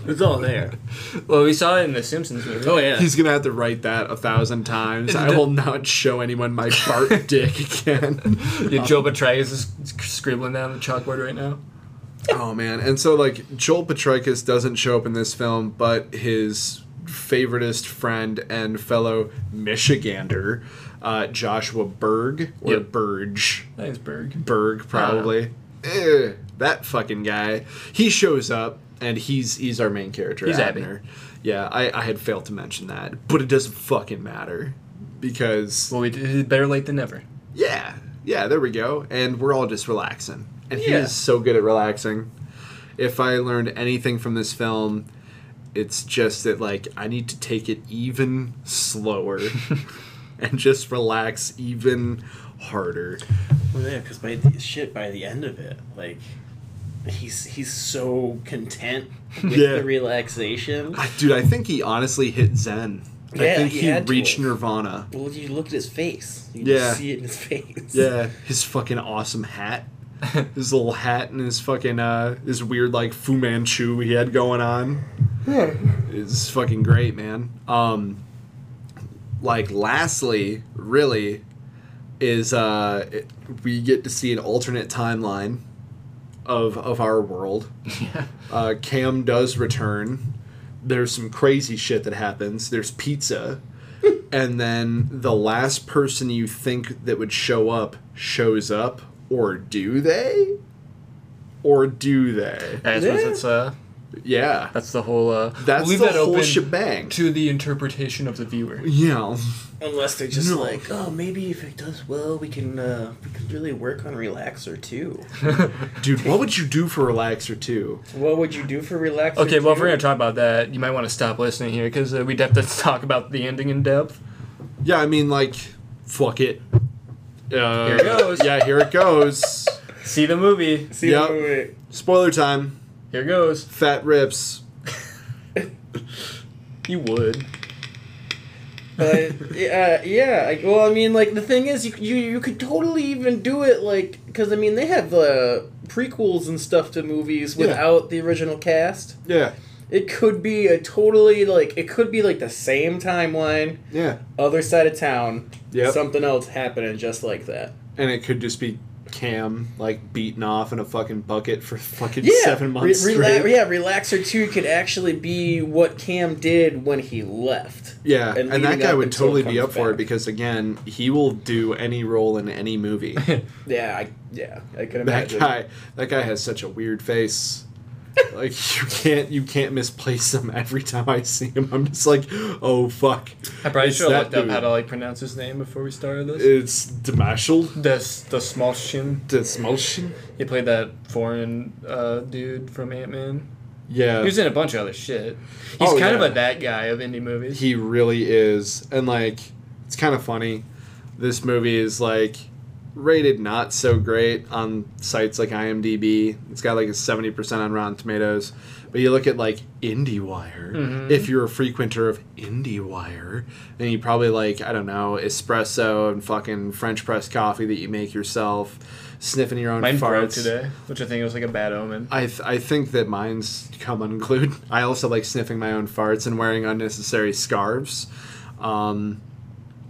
It's all there.
Well, we saw it in the Simpsons movie.
Oh yeah.
He's gonna have to write that a thousand times. I will not show anyone my Bart dick again.
yeah. Joe Petragis is scribbling down the chalkboard right now.
oh man and so like joel petrakis doesn't show up in this film but his favoritist friend and fellow michigander uh, joshua berg or
Yep.
burge
Iceberg.
Uh-huh.
Berg, probably. Eh, that fucking guy. He shows up and he's he's our main character.
He's Abby.
Yeah, I, I had failed to mention that, but it doesn't fucking matter because
Well, we did better late than never.
yeah, yeah, there we go, and we're all just relaxing, and he
Yeah.
is so good at relaxing. If I learned anything from this film, it's just that like I need to take it even slower, and just relax even harder.
Well, yeah, because by the, shit, by the end of it, like he's he's so content with
Yeah.
the relaxation.
I- Dude, I think he honestly hit Zen. I
Yeah,
think
he
he,
had to.
reached Nirvana.
Well, you look at his face. You
Yeah.
just see it in his face.
Yeah, his fucking awesome hat, his little hat, and his fucking uh, his weird like Fu Manchu he had going on. It's fucking great, man. Um, like lastly, really, is uh, it, we get to see an alternate timeline of of our world.
Yeah.
Uh, Cam does return. There's some crazy shit that happens. There's pizza. and then the last person you think that would show up shows up. Or do they? Or do they?
I suppose
Yeah.
that's uh,
Yeah.
that's the whole. Uh,
That's
we'll leave
the
that
whole
open
shebang.
to the interpretation of the viewer.
yeah.
Unless they're just
No.
like, oh, maybe if it does well, we can uh, we can really work on relaxer too.
Dude, what would you do for Relaxer 2?
what would you do for relaxer?
Okay, well, if we're gonna
two?
talk about that, you might want to stop listening here because uh, we'd have to talk about the ending in depth.
Yeah, I mean, like, fuck it. Uh,
Here it goes.
Yeah, here it goes.
See the movie.
see
Yep.
wait, wait, wait.
Spoiler time.
Here goes.
Fat rips.
You would.
Uh, yeah, yeah. I- Well, I mean, like the thing is, you you, you could totally even do it, like, because I mean, they have the prequels and stuff to movies
Yeah.
without the original cast.
Yeah.
It could be a totally like it could be like the same timeline,
Yeah.
other side of town,
Yep.
something else happening just like that.
and it could just be Cam like beaten off in a fucking bucket for fucking
Yeah,
seven months
Re- rela-
straight.
yeah, relaxer two could actually be what Cam did when he left.
Yeah,
And
and,
leading
that guy
up
would
until
totally
it
be up
comes
for it
back.
because again, he will do any role in any movie.
Yeah, I, yeah, I can
that
imagine.
guy, that guy has such a weird face. like you can't, you can't misplace him. Every time I see him, I'm just like, oh fuck,
I probably
It's
should
that
have looked up how
dude.
to like pronounce his name before we started this.
it's Demashel
That's the small shin.
Desmotion.
He played that foreign uh, dude from Ant Man.
Yeah,
He was in a bunch of other shit. He's
Oh,
kind
yeah.
of a that guy of indie movies.
He really is. And like it's kind of funny. This movie is like rated not so great on sites like IMDb. It's got like a 70% on Rotten Tomatoes. But you look at like IndieWire.
Mm-hmm.
If you're a frequenter of IndieWire, then you probably like, I don't know, espresso and fucking French press coffee that you make yourself, sniffing your own
Mine broke
farts.
today, which I think was like a bad omen.
I, th- I think that mine's come unglued. I also like sniffing my own farts and wearing unnecessary scarves. Um,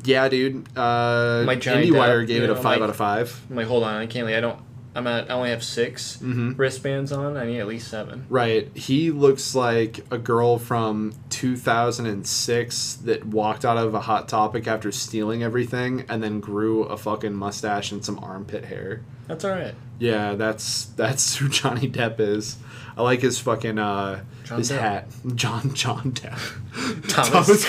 yeah, dude. Uh,
My giant
IndieWire
dad,
gave
you
it a
know,
five
like-
out of five.
I'm like, hold on, I can't. Like, I don't. I'm at. I only have 6
Mm-hmm.
wristbands on. I need at least seven.
Right. He looks like a girl from 2006 that walked out of a Hot Topic after stealing everything and then grew a fucking mustache and some armpit hair.
That's all right.
Yeah, that's that's who Johnny Depp is. I like his fucking uh
John
his
Depp.
hat. John John Depp.
Thomas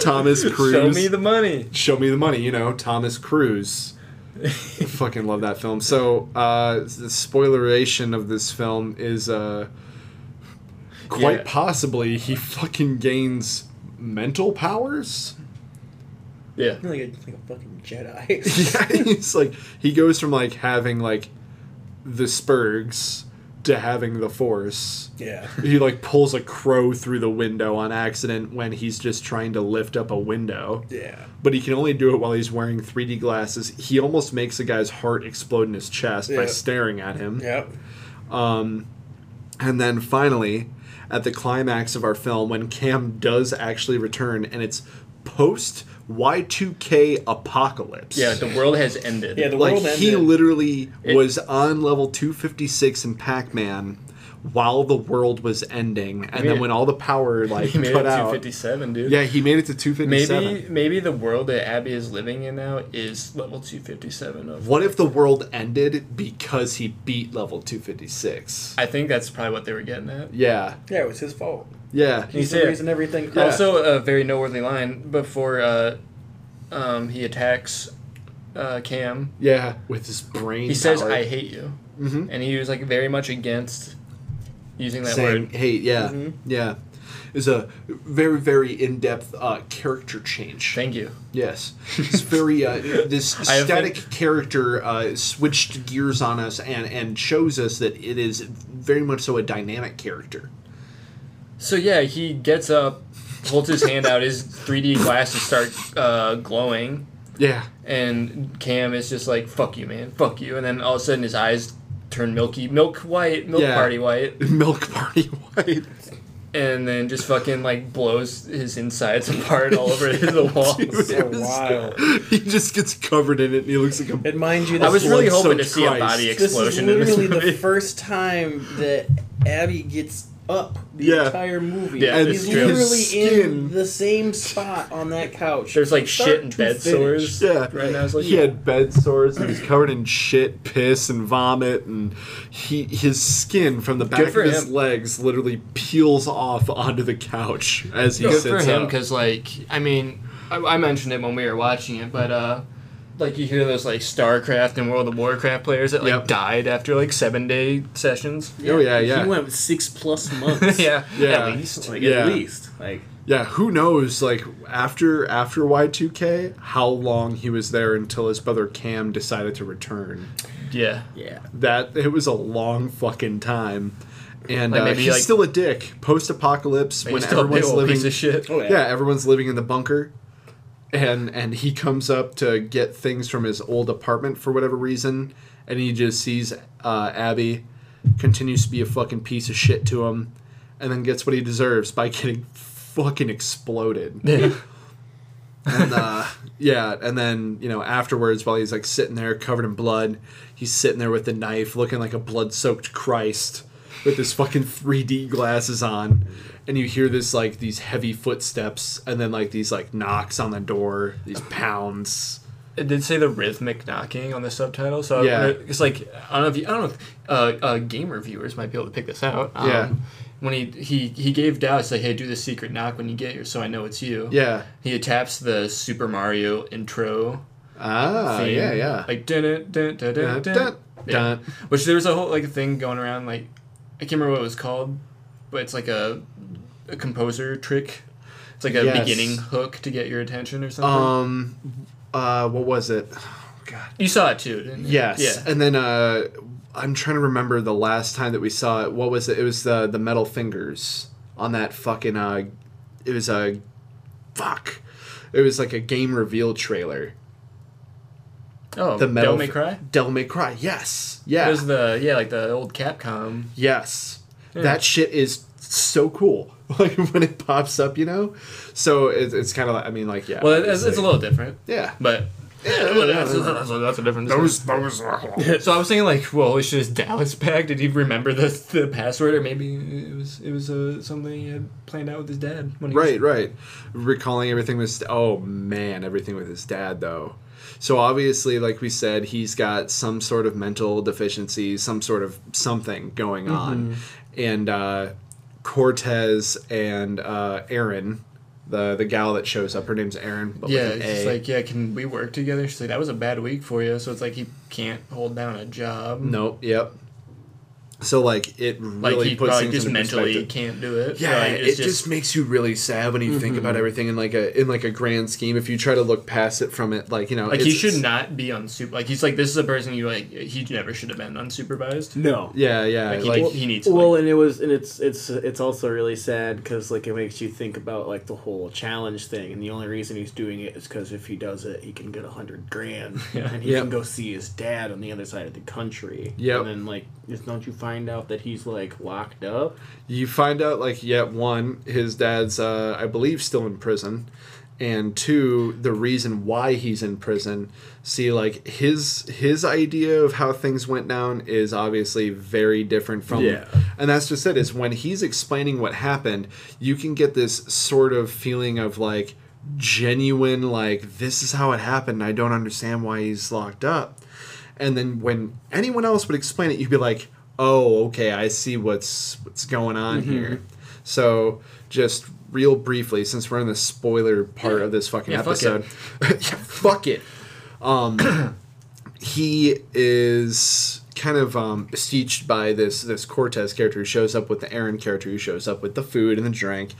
Thomas Cruise.
Show me the money.
Show me the money, you know, Thomas Cruise. fucking love that film. So, uh the spoileration of this film is uh quite
Yeah.
possibly he fucking gains mental powers.
Yeah.
like a, like a fucking Jedi.
yeah, he's like he goes from like having like the spurgs to having the force.
yeah.
He like pulls a crow through the window on accident when he's just trying to lift up a window.
Yeah.
But he can only do it while he's wearing 3D glasses. He almost makes a guy's heart explode in his chest by
Yeah.
staring at him.
Yep.
And then finally, at the climax of our film, when Cam does actually return, and it's post Y2K apocalypse.
Yeah, the world has ended.
Yeah, the
like
world ended.
he literally was on level 256 in Pac-Man while the world was ending, and then
it-
when all the power like
he made it
cut out.
257, dude.
Yeah, he made it to
Maybe
257.
maybe the world that Abby is living in now is level 257 of.
What if the world ended because he beat level 256?
I think that's probably what they were getting at.
Yeah,
Yeah, it was his fault.
yeah.
You
He's
see
the
it.
reason everything.
Yeah.
Also, a very noteworthy line before uh, um, he attacks uh, Cam.
Yeah, with his brain.
He says,
power.
"I hate you,"
Mhm.
and he was like very much against using that
Saying
word. Mm-hmm.
hate, yeah, yeah. Is a very, very in depth uh, character change.
Thank you.
yes. It's very, uh, this
I have
static character uh, switched gears on us and, and shows us that it is very much so a dynamic character.
So yeah, he gets up, holds his hand out, his 3D glasses start uh, glowing,
Yeah.
and Cam is just like, "Fuck you, man, fuck you," and then all of a sudden his eyes turn milky, milk white, milk
Yeah.
party white,
Milk Party White.
and then just fucking like blows his insides apart all over the walls.
For a while.
He just gets covered in it and he looks like a
And mind you,
I
this,
was really
Blood-soaked
hoping to see a
Christ.
body
This
this is
explosion in this
literally
movie.
the first time that Abby gets up the
Yeah.
entire movie.
Yeah,
And
he's
it's true.
literally
his skin-
in the same spot on that couch.
There's like
Start
shit and
to
bed
finish.
sores.
Yeah,
Right now, it's like
he had bed sores. and He was covered in shit, piss, and vomit, and he his skin from the back of
for
his
him.
legs literally peels off onto the couch as he
good
sits
for him
up.
because like i mean I, I mentioned it when we were watching it but uh like you hear those like starcraft and world of warcraft players that like
Yep.
died after like seven day sessions
Oh, yeah, yeah.
He went with six plus months.
yeah
Yeah.
at least
like
Yeah.
at least like
Yeah, who knows? Like after after Y two K, how long he was there until his brother Cam decided to return.
yeah
yeah.
That it was a long fucking time, and
Like,
uh,
maybe,
he's
like-
still a dick. Post apocalypse,
He's
when
still a big
everyone's
old
living
piece of shit
Oh, yeah.
yeah, everyone's living in the bunker, and and he comes up to get things from his old apartment for whatever reason, and he just sees uh, Abby, continues to be a fucking piece of shit to him, and then gets what he deserves by getting fucking exploded. and uh, yeah, and then you know afterwards, while he's like sitting there covered in blood, he's sitting there with the knife, looking like a blood-soaked Christ with his fucking 3D glasses on, and you hear this like these heavy footsteps, and then like these like knocks on the door, these pounds.
it did say the rhythmic knocking on the subtitle so
Yeah.
I, it's like i don't know if you, i don't know if uh, uh game reviewers might be able to pick this out um,
Yeah.
when he he he gave Dallas like hey do the secret knock when you get here so i know it's you
Yeah.
he taps the super mario intro
Ah.
theme,
Yeah. Yeah.
Like dun dun dun dun
Dun,
dun.
dun,
dun.
dun.
Which there was a whole like thing going around like I can't remember what it was called, but it's like a, a composer trick. It's like a
Yes.
beginning hook to get your attention or something.
Um. Uh. What was it? Oh, God.
you saw it too, didn't you?
Yes.
Yeah.
And then uh, I'm trying to remember the last time that we saw it. What was it? It was the the metal fingers on that fucking uh, it was a, fuck, it was like a game reveal trailer.
Oh,
The
the
metal
Devil May Cry.
Devil May Cry. Yes.
It
Yeah.
was the yeah like the old Capcom.
Yes. That shit is so cool. Like when it pops up, you know. So it's, it's kind of like I mean like yeah.
Well, it's, it's a
obviously.
little different,
yeah.
but. Yeah, well, that's, that's, that's a different. Those, those. so I was thinking, like, well, it's just Dallas back. Did he remember the, the password, or maybe it was it was uh, something he had planned out with his dad when he was
Right, right. Recalling everything with oh man, everything with his dad though. So obviously, like we said, he's got some sort of mental deficiency, some sort of something going
Mm-hmm.
on, and uh, Cortez and uh, Aaron, the the gal that shows up, her name's Aaron. But
Yeah,
with an
it's just
A.
like, yeah, can we work together? She's like, that was a bad week for you. So it's like he can't hold down a job.
nope, yep. So like it
like
Mm, really
he
puts
probably
things
just
into
mentally
perspective.
can't do it.
Yeah,
Like,
it
it's Mm-hmm.
just, makes you really sad when you think about everything in like a in like a grand scheme. If you try to look past it from it, like you know,
like he
it's-
should not be unsupervised. Like he's like, this is a person you like. He never should have been unsupervised.
No.
Yeah, yeah,
Like,
like,
he, he needs.
Well,
like,
and it was, and it's it's it's also really sad because like it makes you think about like the whole challenge thing, and the only reason he's doing it is because if he does it, he can get a hundred grand, and he
Yep.
can go see his dad on the other side of the country.
Yep.
and then like just don't you find out that he's like locked up?
you find out like yeah, one, his dad's uh, I believe still in prison, and two the reason why he's in prison see like his his idea of how things went down is obviously very different from
Yeah.
and that's just it is when he's explaining what happened you can get this sort of feeling of like genuine like this is how it happened i don't understand why he's locked up and then when anyone else would explain it you'd be like oh okay i see what's what's going on here so just real briefly since we're in the spoiler part of this fucking
Yeah, fuck
episode yeah, fuck it he is kind of um, besieged by this this Cortez character who shows up with the Aaron character who shows up with the food and the drink,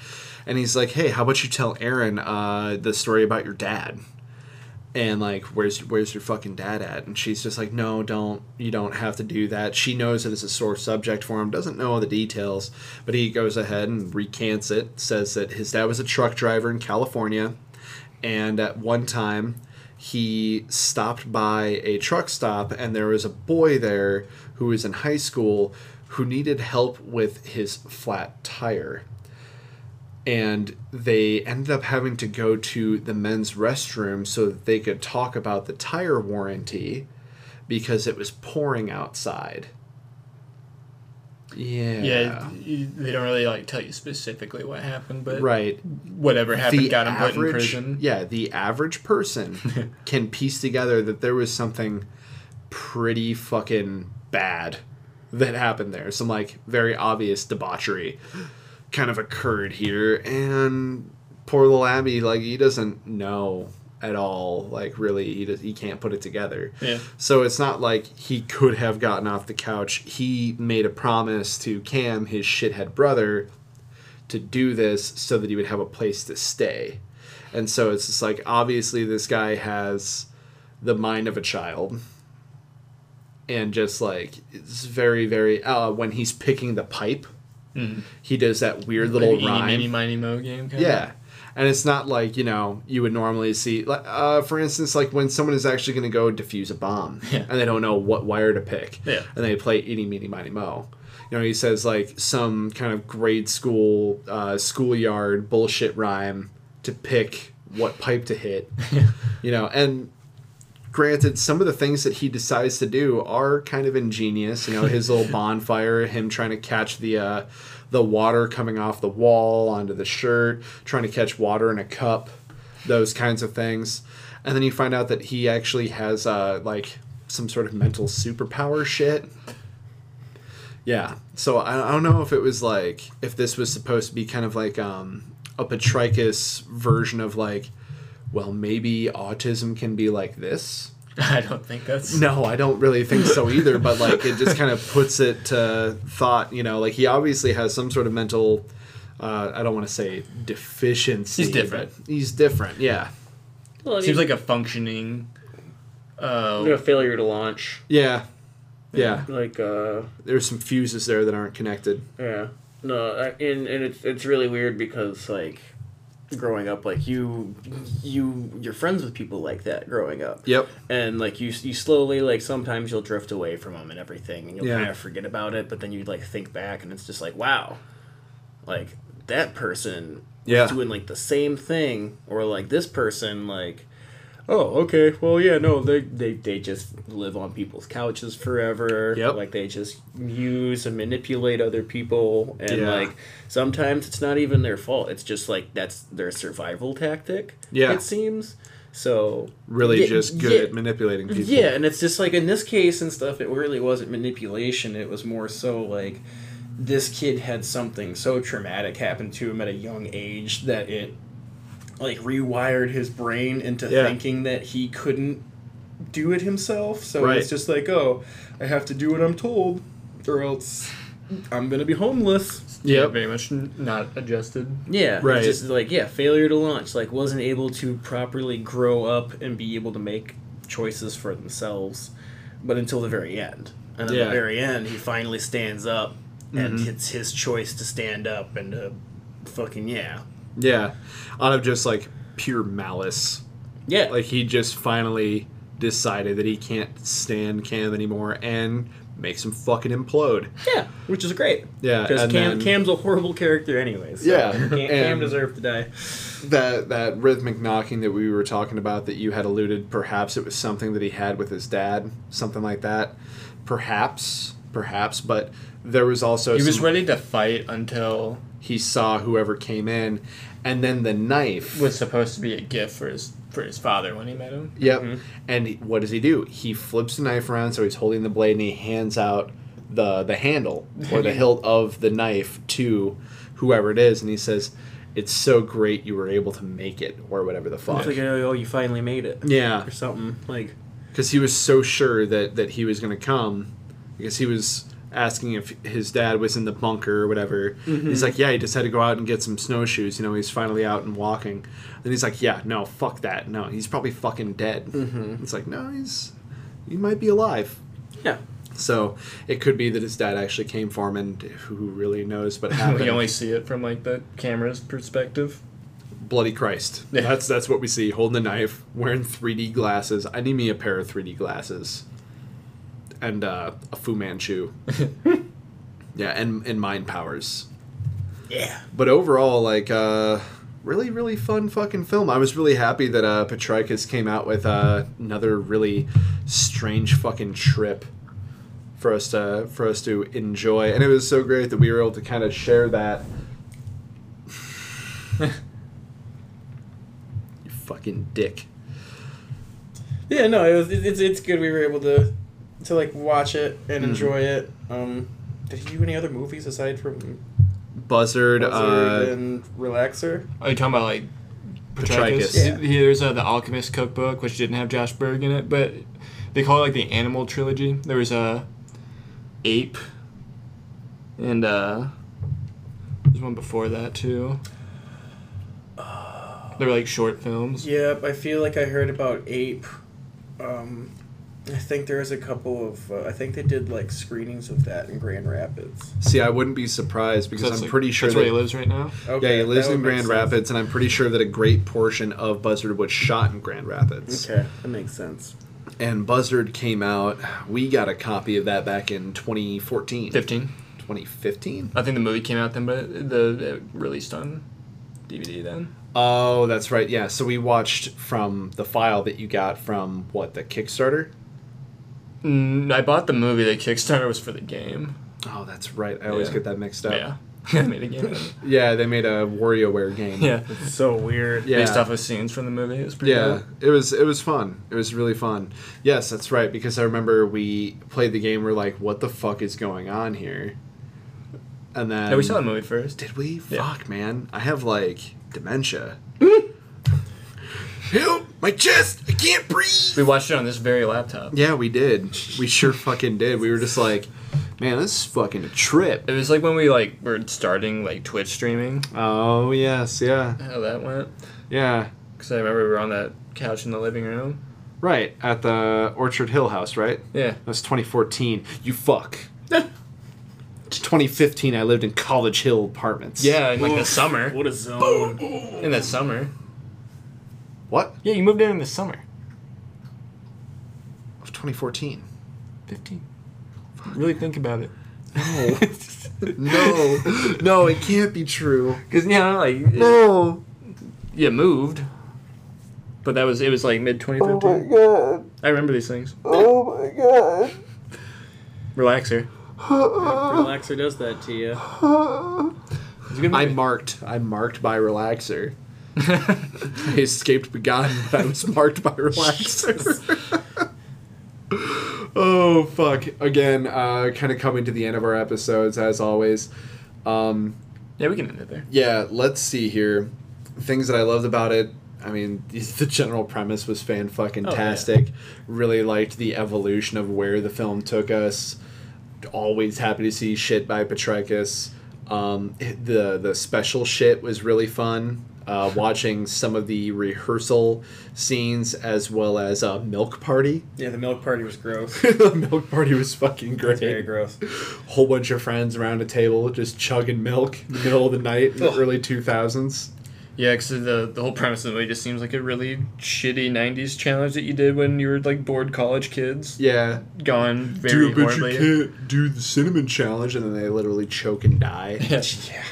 and he's like, "Hey, how about you tell Aaron uh, the story about your dad?" And like, where's where's your fucking dad at? And she's just like, no, don't you don't have to do that. She knows that it's a sore subject for him, doesn't know all the details, but he goes ahead and recants it. Says that his dad was a truck driver in California, and at one time he stopped by a truck stop and there was a boy there who was in high school who needed help with his flat tire and they ended up having to go to the men's restroom so that they could talk about the tire warranty because it was pouring outside yeah
Yeah, you- they don't really like tell you specifically what happened, but
right
whatever happened got him put in prison.
Yeah, the average person can piece together that there was something pretty fucking bad that happened there. Some like very obvious debauchery kind of occurred here, and poor little Abby, like he doesn't know at all. Like really, he does, he can't put it together.
Yeah.
So it's not like he could have gotten off the couch. He made a promise to Cam, his shithead brother, to do this so that he would have a place to stay. And so it's just like obviously this guy has the mind of a child. And just like it's very, very uh, when he's picking the pipe, he does that weird little
Mm-hmm. Like, E
rhyme.
Eeny, meeny, miny, mo game. Kind
Yeah. And it's not like, you know, you would normally see, like, uh, for instance, like when someone is actually going to go defuse a bomb
Yeah.
and they don't know what wire to pick.
Yeah.
And they play Eeny, Meeny, Miny, Mo. You know, he says like some kind of grade school, uh, schoolyard bullshit rhyme to pick what pipe to hit. You know, and granted, some of the things that he decides to do are kind of ingenious. You know, his little bonfire, him trying to catch the uh, the water coming off the wall onto the shirt, trying to catch water in a cup, those kinds of things. And then you find out that he actually has uh, like some sort of mental superpower shit. Yeah. So I, I don't know if it was like if this was supposed to be kind of like um, a Patricus version of like, well, maybe autism can be like this.
I don't think that's.
No, I don't really think so either. But like, it just kind of puts it to thought. You know, like he obviously has some sort of mental. Uh, I don't want to say deficiency.
He's different.
but He's different. Yeah.
Well, I mean,
Seems like a functioning. Uh,
a failure to launch.
Yeah. Yeah.
Like, uh,
There's some fuses there that aren't connected.
yeah, no, I- and and it's it's really weird because like, growing up, like you you you're friends with people like that growing up.
Yep.
and like you, you slowly like sometimes you'll drift away from them and everything and you'll
Yeah.
kind of forget about it but then you like think back and it's just like wow like that person
Yeah.
was doing like the same thing or like this person like oh okay well yeah no they they, they just live on people's couches forever
Yep.
like they just use and manipulate other people and
Yeah.
like sometimes it's not even their fault it's just like that's their survival tactic
Yeah.
it seems so
Really,
Yeah,
just good
yeah.
at manipulating people.
yeah, and it's just like in this case and stuff, it really wasn't manipulation. It was more so like this kid had something so traumatic happen to him at a young age that it like rewired his brain into
Yeah.
thinking that he couldn't do it himself. So
Right.
it's just like, oh, I have to do what I'm told, or else I'm gonna be homeless.
Yep.
Very much n- not adjusted.
Yeah,
Right.
It's just like yeah, failure to launch. Like wasn't able to properly grow up and be able to make choices for themselves, but until the very end. And at
Yeah.
the very end, he finally stands up, and it's his choice to stand up and to fucking yeah,
Yeah. Out of just like pure malice.
yeah,
Like he just finally decided that he can't stand Cam anymore and makes him fucking implode.
Yeah, which is great.
Yeah,
Because
and
Cam,
then-
Cam's a horrible character anyways.
Yeah,
Cam, Cam
and-
deserved to die.
That that rhythmic knocking that we were talking about that you had alluded, perhaps it was something that he had with his dad, something like that. Perhaps, perhaps, but there was also
He was
some-
ready to fight until
he saw whoever came in, and then the knife.
was supposed to be a gift for his for his father when he met him.
Yep. And he- what does he do? He flips the knife around, so he's holding the blade, and he hands out the the handle or the hilt of the knife to whoever it is, and he says, "It's so great you were able to make it," or whatever the fuck.
It's like, oh, you finally made it.
Yeah,
Or something. Like,
because he was so sure that that he was going to come, because he was asking if his dad was in the bunker or whatever. He's like, "Yeah, he just had to go out and get some snowshoes." You know, he's finally out and walking, and he's like, "Yeah, no, fuck that, no, he's probably fucking dead." It's like, no, he's he might be alive.
yeah.
So it could be that his dad actually came for him, and who really knows? But happened.
We only see it from like the camera's perspective.
bloody Christ.
Yeah.
That's that's what we see. Holding a knife, wearing 3D glasses. I need me a pair of 3D glasses, and uh, a Fu Manchu. yeah, and and mind powers.
Yeah.
But overall, like, uh, really, really fun fucking film. I was really happy that uh, Petrikis came out with uh, another really strange fucking trip for us to for us to enjoy, and it was so great that we were able to kind of share that. you fucking dick.
Yeah, no, it was, it, it's, it's good we were able to, to like, watch it and enjoy it. Um, did he do any other movies aside from
Buzzard.
Buzzard
uh,
and Relaxer?
Are you talking about like
Petrikis?
Yeah.
He- There's uh, the Alchemist cookbook, which didn't have Josh Berg in it, but they call it like the Animal Trilogy. There was a ape, and uh, there's one before that too. They were like short films.
Yep, I feel like I heard about Ape. Um, I think there was a couple of. Uh, I think they did like screenings of that in Grand Rapids.
See, I wouldn't be surprised
So
because
that's,
I'm
like-
pretty sure
that's where
that-
he lives right now.
Okay,
Yeah, he lives
that
in
would make
Grand
sense.
Rapids, and I'm pretty sure that a great portion of Buzzard was shot in Grand Rapids.
Okay, that makes sense.
and Buzzard came out. We got a copy of that back in 2014.
Fifteen.
2015?
I think the movie came out then, but the it released on DVD then.
Oh, that's right. Yeah. So we watched from the file that you got from what, the Kickstarter?
Mm, I bought the movie. The Kickstarter was for the game.
Oh, that's right. I always
Yeah.
get that mixed up.
Yeah, I made a game. out of it.
Yeah, they made a WarioWare game.
Yeah,
It's so weird.
Yeah.
based off of scenes from the movie. It was pretty.
Yeah,
good.
it was it was fun. It was really fun. Yes, that's right. Because I remember we played the game. We're like, "What the fuck is going on here?" And then
Yeah, we saw the movie first.
Did we?
Yeah.
Fuck, man. I have like dementia. Help! My chest! I can't breathe!
We watched it on this very laptop.
Yeah, we did. We sure fucking did. We were just like, man, this is fucking a trip.
It was like when we like were starting like Twitch streaming.
Oh, yes, yeah.
How that went?
Yeah.
Because I remember we were on that couch in the living room.
Right, at the Orchard Hill house, right?
Yeah.
That's 2014. You fuck. 2015, I lived in College Hill apartments.
Yeah, in like the summer.
What a zone.
In the summer.
What?
Yeah, you moved in in the summer.
Of 2014.
Fifteen. Really think about it.
No. no. No, it can't be true.
Because you know, like
No.
you moved, but that was it was like mid 2015.
Oh, God.
I remember these things.
Oh my god.
Relaxer.
Relaxer does that to you.
It's a good
I
movie.
marked. I marked by relaxer. I escaped begotten, but I was marked by relaxer. oh fuck! Again, uh, kind of coming to the end of our episodes as always. Um,
yeah, we can end it there.
yeah, let's see here. Things that I loved about it. I mean, the general premise was fan fucking tastic. Really liked the evolution of where the film took us. Always happy to see shit by Petrakis. Um, the the special shit was really fun. Uh, watching some of the rehearsal scenes as well as uh, Milk Party.
Yeah, the milk party was gross.
the Milk Party was fucking great
It's very gross.
whole bunch of friends around a table just chugging milk in the middle of the night in the
Ugh.
early 2000s.
Yeah, because the the whole premise of the movie just seems like a really shitty '90s challenge that you did when you were like bored college kids,
Yeah.
gone very
do it, but
horribly.
you can't do the cinnamon challenge, and then they literally choke and die.
Yeah.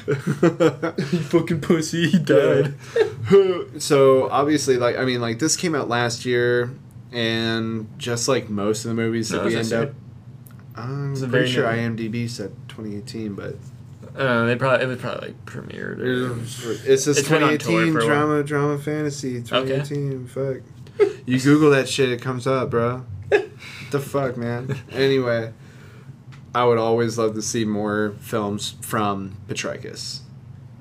you fucking pussy, he
died. so obviously, like I mean, like this came out last year, and just like most of the movies that
No,
we
is
end
this
up, I'm
It's a
pretty
very
sure
new-
IMDb said 2018, but
Uh, they probably it was probably like premiered. Or,
it's this
It's been on tour
2018
for a while.
drama, drama fantasy 2018. Fuck, you Google that shit, it comes up, bro. the fuck, man. Anyway, I would always love to see more films from Petrikis.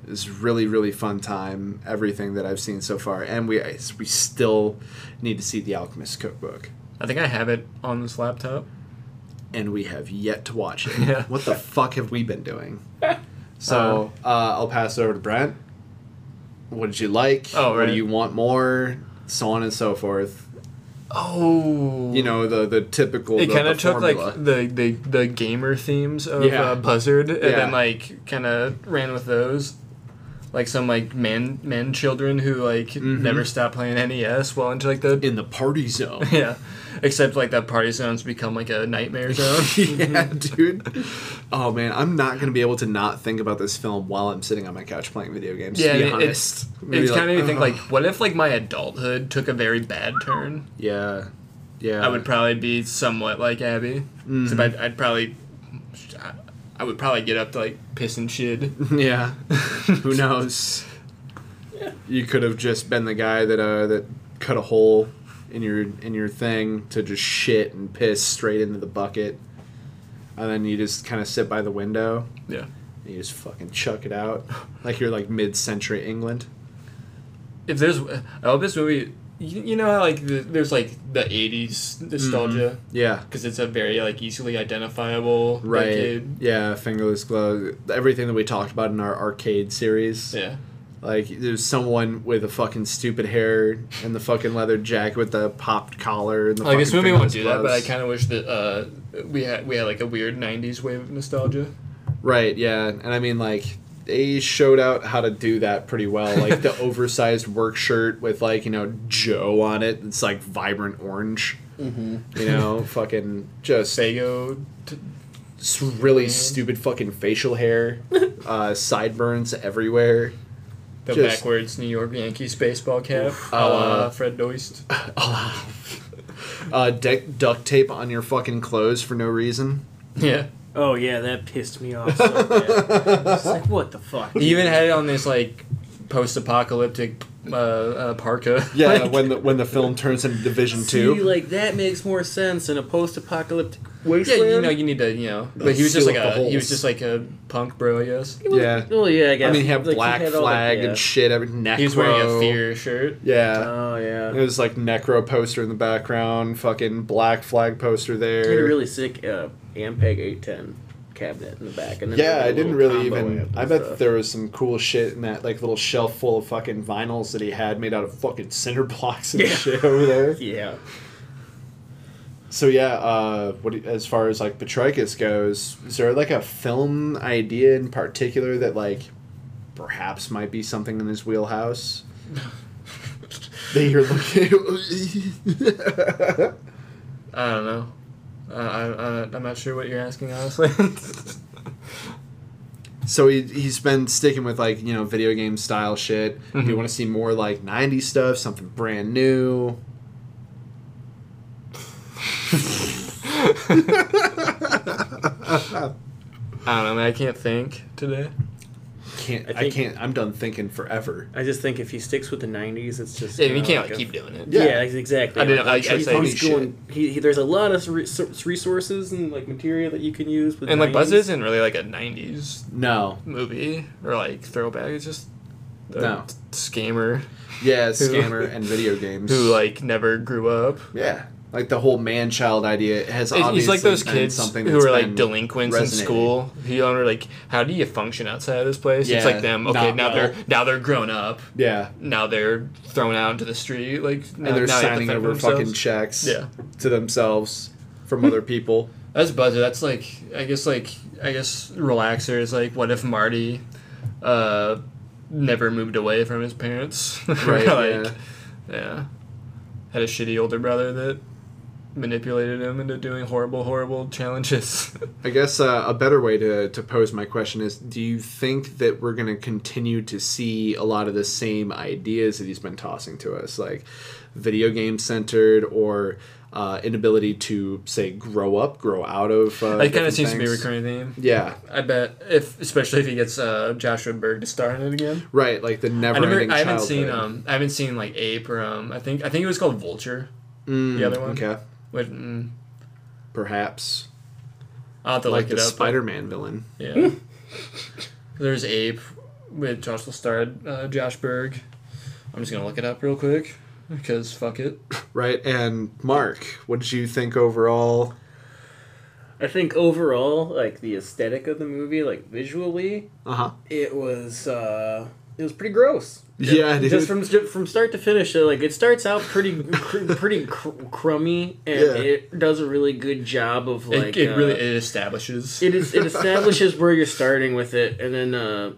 It's really really fun time. Everything that I've seen so far, and we we still need to see the Alchemist Cookbook,
I think I have it on this laptop.
and we have yet to watch it.
Yeah.
What the fuck have we been doing? So
Uh-huh.
uh, I'll pass it over to Brent. What did you like?
Oh,
What do
right.
you want more? So on and so forth.
Oh,
You know the the typical.
it
the-
kind
the
of took like
formula.
the, the the gamer themes of
Yeah.
uh, Buzzard, and
Yeah.
then like kind of ran with those, like some like man man children who like
Mm-hmm.
never stop playing NES well into like the
in the party zone.
yeah, except like that party zone's become like a nightmare zone.
yeah, dude. Oh man, I'm not gonna be able to not think about this film while I'm sitting on my couch playing video games.
yeah,
to be
it-
honest. uh-huh.
it's
I'm gonna
it's
be
kind of me think
"Ugh."
like what if like my adulthood took a very bad turn?
yeah, yeah.
I would probably be somewhat like Abby.
Mm-hmm.
Except I'd, I'd probably, I- I would probably get up to like piss and shit.
Yeah. Who knows? You could have just been the guy that uh, that cut a hole in your in your thing to just shit and piss straight into the bucket, and then you just kind of sit by the window
Yeah.
and you just fucking chuck it out like you're like mid-century England.
If there's, I hope this movie. You, you know how like the, there's like the '80s
Mm-hmm.
nostalgia
Yeah.
because it's a very like easily identifiable
Right.
decade.
Yeah. Fingerless gloves. Everything that we talked about in our arcade series.
Yeah.
Like there's someone with a fucking stupid hair and the fucking leather jacket with the popped collar and the
Like this
fucking
movie won't
fingerless
do that, but I
gloves.
kind of wish that uh, we had we had like a weird '90s wave of nostalgia.
Right, yeah. And I mean like they showed out how to do that pretty well. Like the oversized work shirt with like, you know, Joe on it. It's like vibrant orange. Mm-hmm. You know, fucking just
Fago, t-
s- really stupid fucking facial hair, uh, sideburns everywhere.
the
Just-
backwards New York Yankees baseball cap, a la Fred Doist.
Uh, de- duct tape on your fucking clothes for no reason.
Yeah.
Oh yeah, that pissed me off so bad. It's like what the fuck?
He even had it on this like post-apocalyptic uh, uh, parka.
Yeah,
Like,
when the when the film turns into Division
See,
Two.
like that makes more sense in a post-apocalyptic
yeah,
wasteland.
you know, you need to, you know. But he was
Seal
just like
up
a
the
he
holes.
was just like a punk bro, I guess.
Yeah.
Oh yeah, I guess.
I mean, he had
Like,
black
had all that-
flag
yeah.
and shit. Every necro.
He was wearing a fear shirt.
Yeah.
Oh yeah.
It was like Necro poster in the background, fucking Black Flag poster
He had a
there.
really sick uh, Ampeg 810 cabinet in the back. And then
yeah,
a
I didn't
little
really
combo amp
even.
and
I bet
stuff.
there was some cool shit in that like little shelf full of fucking vinyls that he had made out of fucking cinder blocks and
Yeah.
shit over there.
Yeah.
So yeah, uh, what do- as far as like Petrikis goes, is there like a film idea in particular that like perhaps might be something in his wheelhouse? that you're looking.
I don't know. Uh, I, I I'm not sure what you're asking honestly.
So he, he's been sticking with like you know video game style shit. Do
Mhm.
you want to see more like '90s stuff, something brand new?
I don't know. Man, I can't think today.
Can't I,
I think-
can't I'm done thinking forever.
I just think if he sticks with the 90s, it's just.
Yeah, you
know,
can't
like a-
keep doing it.
Yeah,
Yeah.
exactly.
I didn't- I- I
He's- he's
say-
Funny shit.
going- He, he, there's a lot of res- resources and like material that you can use. With
And like Buzz
90s.
isn't really like a '90s
No,
movie or like throwback. It's just a
No.
t- scammer
yeah, scammer and video games.
who like never grew up.
yeah, like the whole man-child idea has
It's-
obviously
He's like those
been
kids
something
who
that's
are like
been
delinquents in
resonating.
school. Who are like, how do you function outside of this place?
Yeah,
it's like them. Okay,
not
now
well.
they're now they're grown up.
Yeah,
Now they're thrown out into the street. Like now,
and they're
now they have to
signing
fend for
over fucking
themselves.
checks
Yeah.
to themselves from other people.
That's buzzer. That's like I guess like I guess relaxer is like what if Marty, uh, never moved away from his parents.
Right,
like, yeah. Had a shitty older brother that manipulated him into doing horrible, horrible challenges.
I guess uh, a better way to, to pose my question is do you think that we're going to continue to see a lot of the same ideas that he's been tossing to us, like video game centered or uh, inability to, say, grow up, grow out of? Uh,
that kind
different
of seems to be a
things?
recurring theme.
Yeah,
I bet if, especially if he gets uh, Joshua Berg to star in it again.
right. Like the
I,
never
never,
ending
I haven't seen um, I haven't seen like Ape or um, I think I think it was called Vulture. the other one.
Mm, Okay,
Which, mm,
perhaps.
I'll have to
Like
look it
the
up. but-
Spider Man villain.
Yeah. There's Ape with Josh Lestard, uh, Josh Berg. I'm just gonna look it up real quick because fuck it.
Right, and Mark, what did you think overall?
I think overall, like the aesthetic of the movie, like visually,
Uh huh.
it was uh, it was pretty gross.
Yeah, dude.
Just from from start to finish, uh, like it starts out pretty cr- pretty cr- crummy, and
Yeah.
it does a really good job of
it
like
it
uh,
really it establishes.
it is it establishes where you're starting with it, and then uh,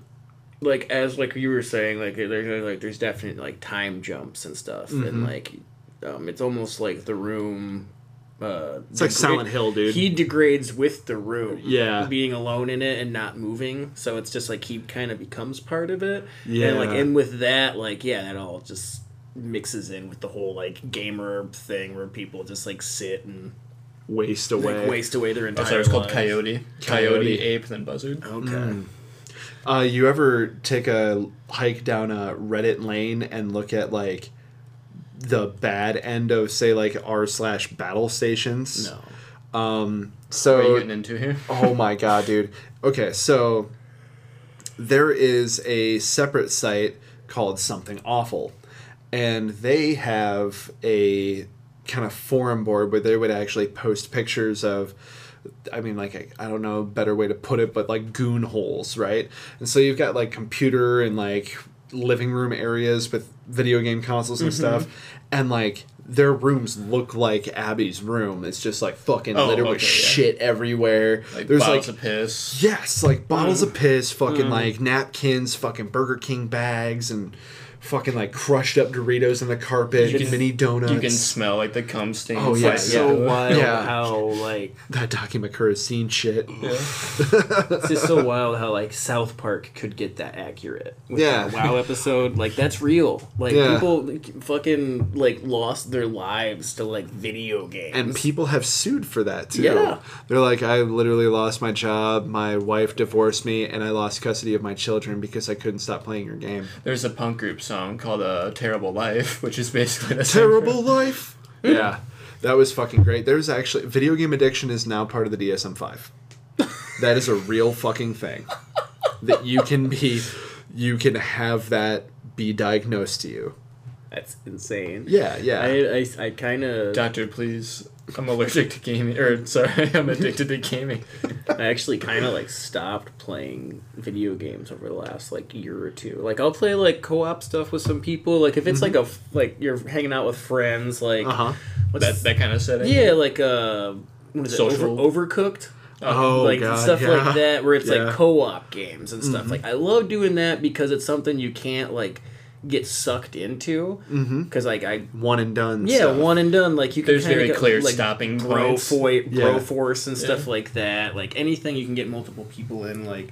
like as like you were saying, like there's like there's definite like time jumps and stuff, and
Mm-hmm.
like um, it's almost like the room. Uh,
it's like Silent Hill, dude.
He degrades with the room.
Yeah.
Being alone in it and not moving. So it's just like he kind of becomes part of it.
Yeah.
And like and with that, like, yeah, that all just mixes in with the whole like gamer thing where people just like sit and
waste
like
away.
waste away their
Oh,
entire
I'm sorry, it's called
lives.
Coyote. Coyote,
Coyote.
Ape, then Buzzard.
Okay.
Uh, you ever take a hike down a Reddit lane and look at like the bad end of say like r slash battle stations?
No.
So
What
Uh,
are you getting into here?
oh my god, dude. Okay, so there is a separate site called Something Awful, and they have a kind of forum board where they would actually post pictures of. I mean, like, I, I don't know a better way to put it, but like goon holes, right? And so you've got like computer and like living room areas with video game consoles
Mm-hmm.
and stuff. And like their rooms look like Abby's room. It's just like fucking
Oh,
littered with
okay, yeah.
shit shit everywhere.
Like
There's like
bottles of Mm. piss.
yes, like bottles of piss, fucking like napkins, fucking Burger King bags, and fucking like crushed up Doritos in the carpet,
You can-
mini donuts.
You can smell like the cum stain.
Oh, yeah,
So
yeah.
wild
Yeah.
how like
that docu has seen shit.
it's just so wild how like South Park could get that accurate. With
Yeah.
the Wow episode like that's real. Like
Yeah.
people like, fucking like lost their lives to like video games.
And people have sued for that too.
Yeah.
They're like, I literally lost my job, my wife divorced me, and I lost custody of my children because I couldn't stop playing your game.
There's a punk group song called uh, "Terrible Life," which is basically the same
Terrible life. Yeah. That was fucking great. There's actually video game addiction is now part of the DSM five. That is a real fucking thing. That you can be you can have that be diagnosed to you.
That's insane.
Yeah, yeah.
I I, I kind of
Doctor, please. I'm allergic to gaming. Or sorry, I'm addicted to gaming.
I actually kind of like stopped playing video games over the last like year or two. Like I'll play like co-op stuff with some people. Like if it's like a f- like you're hanging out with friends. Like
Mm-hmm. uh-huh.
what's-
That that kind of setting.
yeah, like uh, what is it?
Social.
Over, overcooked.
Oh,
like
God,
stuff
yeah.
like that where it's
Yeah. Mm-hmm.
like co-op games and stuff like i love doing that because it's something you can't like get sucked into because like i
One Mm-hmm. and done.
yeah
stuff.
one and done like you can
There's
kinda
very
get,
clear
like,
stopping
bro,
points.
fo-
Yeah.
bro force and stuff
Yeah.
like that like anything you can get multiple people in like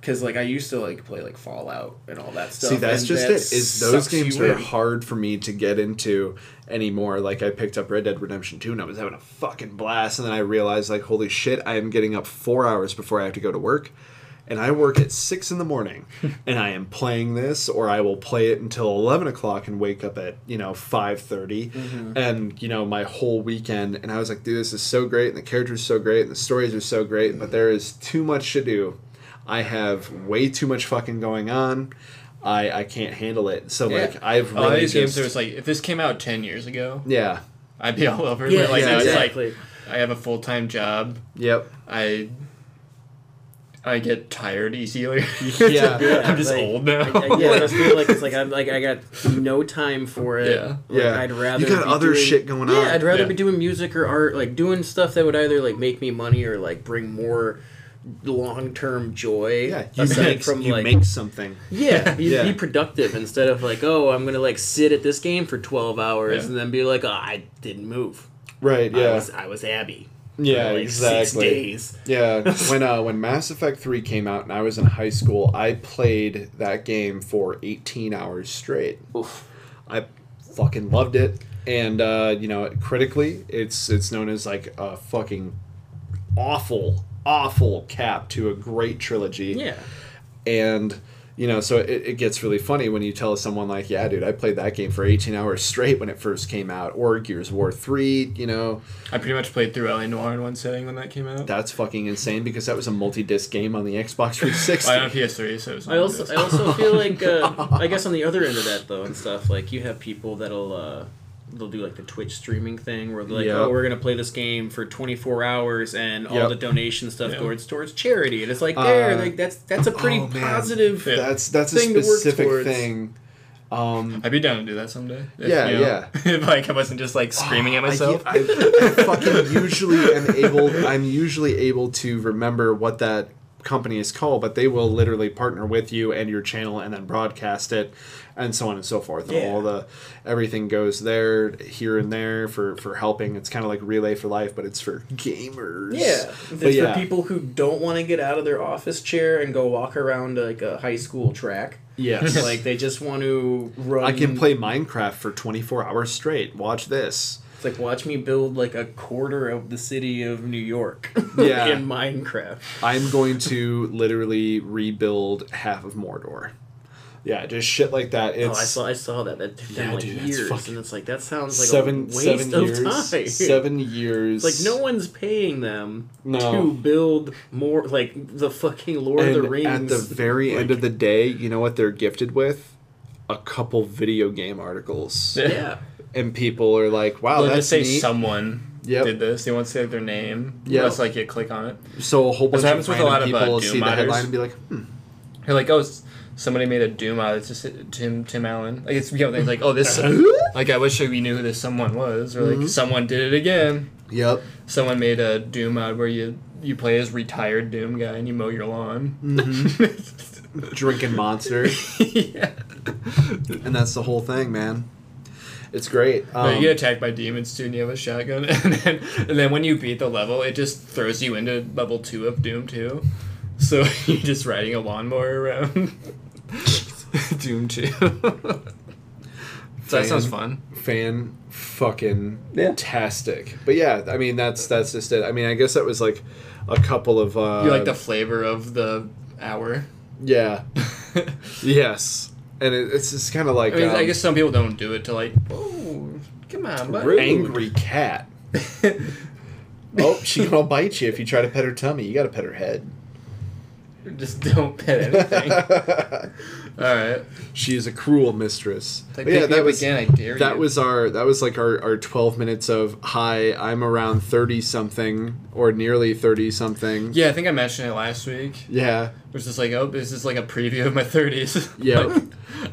because like i used to like play like fallout and all that stuff
See, that's
and
just
that
it. Is those
sucks
games
you
are
in.
hard for me to get into anymore. Like I picked up Red Dead Redemption 2 and I was having a fucking blast and then I realized like holy shit, I am getting up 4 hours before I have to go to work. And I work at six in the morning, and I am playing this, or I will play it until eleven o'clock and wake up at you know five
Mm-hmm.
and you know my whole weekend. And I was like, dude, this is so great, and the characters are so great, and the stories are so great, but there is too much to do. I have way too much fucking going on. I I can't handle it. So like
Yeah.
I've
A lot
really
of Oh, these
just,
games are just like if this came out ten years ago,
yeah,
I'd be all over. it.
yeah,
but like
yeah,
now
exactly
it's like I have a full time job.
yep,
I I get tired easily.
Yeah.
I'm just
like,
old now.
I, I, yeah, I just feel like it's like I'm like I got no time for it.
Yeah.
Like,
Yeah.
I'd rather
You got
be
other
doing-
shit going on.
Yeah, I'd rather
Yeah.
be doing music or art, like doing stuff that would either like make me money or like bring more long term joy.
Yeah, you,
aside
make,
from
you
like
make something.
yeah, be,
Yeah.
be productive instead of like oh I'm gonna like sit at this game for twelve hours
Yeah.
and then be like oh, I didn't move.
Right,
I
yeah.
was I was Abby.
Yeah,
for, like,
exactly.
Six days.
Yeah, when uh, when Mass Effect Three came out and I was in high school, I played that game for eighteen hours straight.
Oof.
I fucking loved it, and uh, you know, critically, it's it's known as like a fucking awful, awful cap to a great trilogy.
Yeah.
and you know, so it, it gets really funny when you tell someone like, "Yeah, dude, I played that game for eighteen hours straight when it first came out," or Gears of War Three. You know,
I pretty much played through LA Noir in one sitting when that came out.
that's fucking insane because that was a multi-disc game on the Xbox Three
I on
Sixty.
PS3, so it's not
I also I also feel like uh, I guess on the other end of that though and stuff like you have people that'll uh, they'll do like the Twitch streaming thing where they're like
Yeah.
oh we're gonna play this game for 24 hours and all
Yep.
the donation stuff
Yeah.
goes towards charity and it's like there
Uh,
like that's that's a pretty
oh, man.
positive
Yeah.
That's that's a
Thing to work
specific
towards.
thing. Um,
I'd be down to do that someday. If,
Yeah,
you
yeah.
if like I wasn't just like screaming at myself.
I, I, I fucking usually am able. I'm usually able to remember what that company is called, but they will literally partner with you and your channel, and then broadcast it, and so on and so forth. And
Yeah.
All the everything goes there, here and there for for helping. It's kind of like Relay for Life, but it's for gamers.
Yeah,
but
it's
yeah,
for people who don't want to get out of their office chair and go walk around like a high school track.
yes.
like they just want to run.
I can play Minecraft for 24 hours straight. Watch this.
It's like watch me build like a quarter of the city of New York.
Yeah.
in Minecraft.
I'm going to literally rebuild half of Mordor. Yeah, just shit like that. It's
oh, I saw I saw that. That took them,
Yeah,
like
dude, that's
years,
fucking-
and it's like that sounds like a
seven
waste
seven
of
years.
time.
Seven years.
Like no one's paying them
No.
to build more like the fucking Lord
And
of the Rings.
at the very end of the day, you know what they're gifted with? A couple video game articles,
yeah,
and people are like, "Wow,
They'll
Oh, that's
just say
neat."
someone
Yep.
did this. They won't say their name.
Yep.
Unless like you click on it.
so a whole bunch
That's
of
what happens with a
random
lot of, uh,
people will see
Doom
that headline
modders.
and be like, hmm,
You're like, oh, s- somebody made a Doom out. It's just Tim Tim Allen. Like it's become things like, oh, this. like I wish we knew who this someone was, or like
Mm-hmm.
someone did it again.
"Yep,
Someone made a Doom out where you you play as retired Doom guy and you mow your lawn.
Mm-hmm. drinking monster,"
yeah.
and that's the whole thing, man. It's great.
But
Um,
you get attacked by demons too, and you have a shotgun, and then and then when you beat the level, it just throws you into level two of Doom Two. So you're just riding a lawnmower around. Doom Two. so that sounds fun.
Um, fan fucking fantastic. But yeah, I mean that's that's just it. I mean I guess that was like a couple of uh
You like the flavor of the hour.
yeah
I
yes, and it, it's just kind of like
mean, I
um,
guess some people don't do it to like, oh, come on, bud.
Rude.
angry cat. oh, she gonna bite you if you try to pet her tummy. You gotta pet her head.
Just don't pet anything. All right.
she is a cruel mistress.
Like,
But yeah,
pick me
that
up
was
again. I dare
that
you.
was our that was like our, our 12 minutes of hi i'm around 30 something or nearly 30 something
Yeah, I think I mentioned it last week.
yeah
was just like, oh, this is like a preview of my thirties.
Yeah.
like,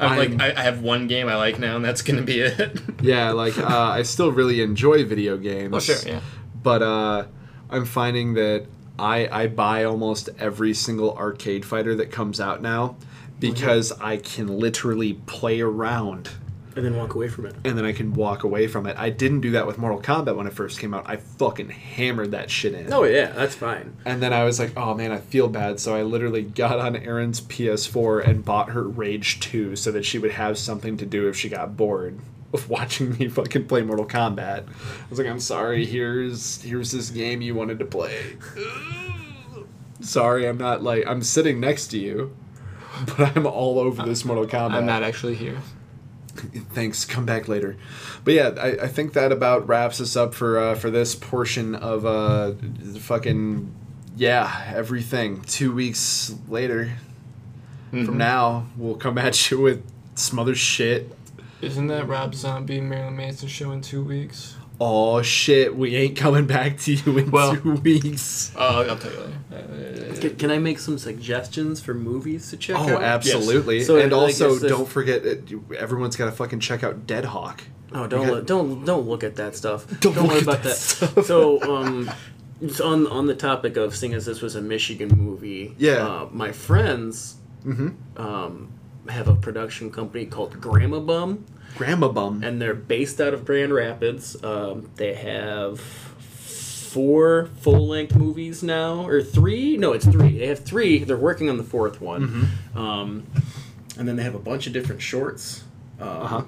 I'm,
I'm-
like, I, I have one game I like now, and that's gonna be it.
Yeah, like uh, I still really enjoy video games.
yeah.
But uh, I'm finding that I I buy almost every single arcade fighter that comes out now because
Mm-hmm.
I can literally play around
and then walk away from it.
and then I can walk away from it. I didn't do that with Mortal Kombat when it first came out. I fucking hammered that shit in.
Oh yeah, that's fine.
And then I was like, oh man, I feel bad. So I literally got on Erin's PS4 and bought her Rage 2 so that she would have something to do if she got bored of watching me fucking play Mortal Kombat. I was like, I'm sorry, here's here's this game you wanted to play. sorry, I'm not like I'm sitting next to you, but I'm all over this Mortal Kombat.
I'm not actually here.
Thanks. Come back later. But yeah, I, I think that about wraps us up for uh, for this portion of uh, fucking yeah everything. Two weeks later
Mm-hmm.
from now, we'll come at you with some other shit.
Isn't that Rob Zombie Marilyn Manson show in two weeks?
Oh shit, we ain't coming back to you in
Well-
two weeks.
Oh, I'll tell you later.
Can, can I make some suggestions for movies to check out?
Oh, absolutely.
So,
and
like,
also,
is this-
don't forget, it, you- everyone's got to fucking check out Dead Hawk.
Oh, don't
got-
look, don't don't look at that stuff.
Don't
Don't,
look
worry
at that
about that.
stuff.
So, um, it's on on the topic of seeing as this was a Michigan movie.
Yeah. Mm-hmm.
uh, my friends um, have a production company called Grandma Bum,
Grandma bum.
and they're based out of Grand Rapids. Um, they have four full length movies now, or three? No, it's three. They have three. They're working on the fourth one,
Mm-hmm.
um, and then they have a bunch of different shorts. Uh huh.
Uh-huh.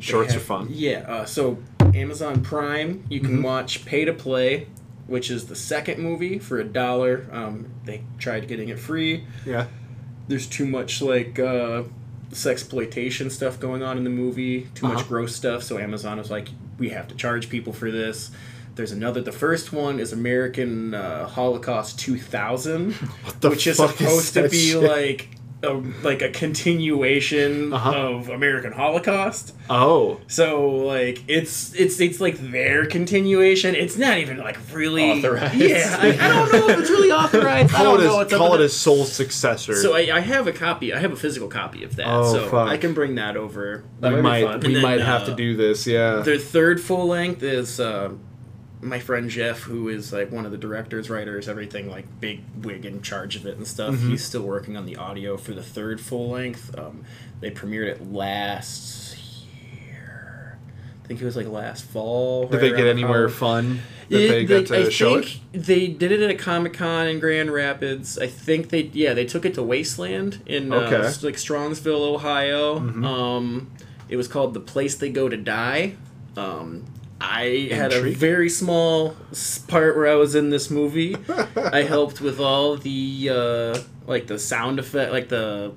Shorts
They
are
have-
fun. Mm-hmm.
Yeah, uh, so Amazon Prime, you can watch Pay to Play, which is the second movie for a dollar. Um, they tried getting it free.
Yeah.
There's too much like uh, sexploitation stuff going on in the movie, too
Uh-huh.
much gross stuff. So Amazon was like, we have to charge people for this. There's another. The first one is American uh, Holocaust 2000,
the
which is
fuck is
supposed to
that
be
shit?
like a, like a continuation
Uh-huh.
of American Holocaust.
Oh.
So like it's it's it's like their continuation. It's not even like really
Authorized.
Yeah, I, I don't know if it's really authorized. I
Call
don't
it,
know.
his,
It's up
call
in
it
the-
his soul successor.
so I, I have a copy. I have a physical copy of that.
Oh,
so
fuck.
I can bring that over.
we
And
might we
then,
might have
uh,
to do this. Yeah.
Their third full length is uh, my friend Jeff, who is like one of the directors, writers, everything, like big wig in charge of it and stuff.
Mm-hmm.
He's still working on the audio for the third full length. Um, they premiered it last year. I think it was like last fall.
Did
right
they get
around
anywhere
Halloween.
fun that they, got to
I
show
think they did it at a Comic Con in Grand Rapids. I think they yeah they took it to Wasteland in
Okay. Mm-hmm.
uh, s- like Strongsville, Ohio. Um, it was called the place they go to die. Um, I had a
Intriguing.
very small s- part where I was in this movie. I helped with all the uh, like the sound effect, like the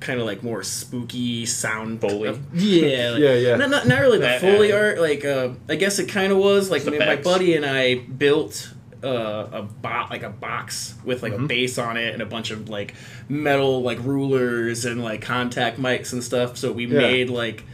kind of like more spooky sound
Foley.
yeah, like-
Yeah, yeah.
Not, not, not really the
That
Foley
added.
art. Like uh, I guess it kind of was like
It's the
me- my
backs.
buddy and I built uh, a bot like a box with like a base on it and a bunch of like metal like rulers and like contact mics and stuff. So we
Yeah.
made like.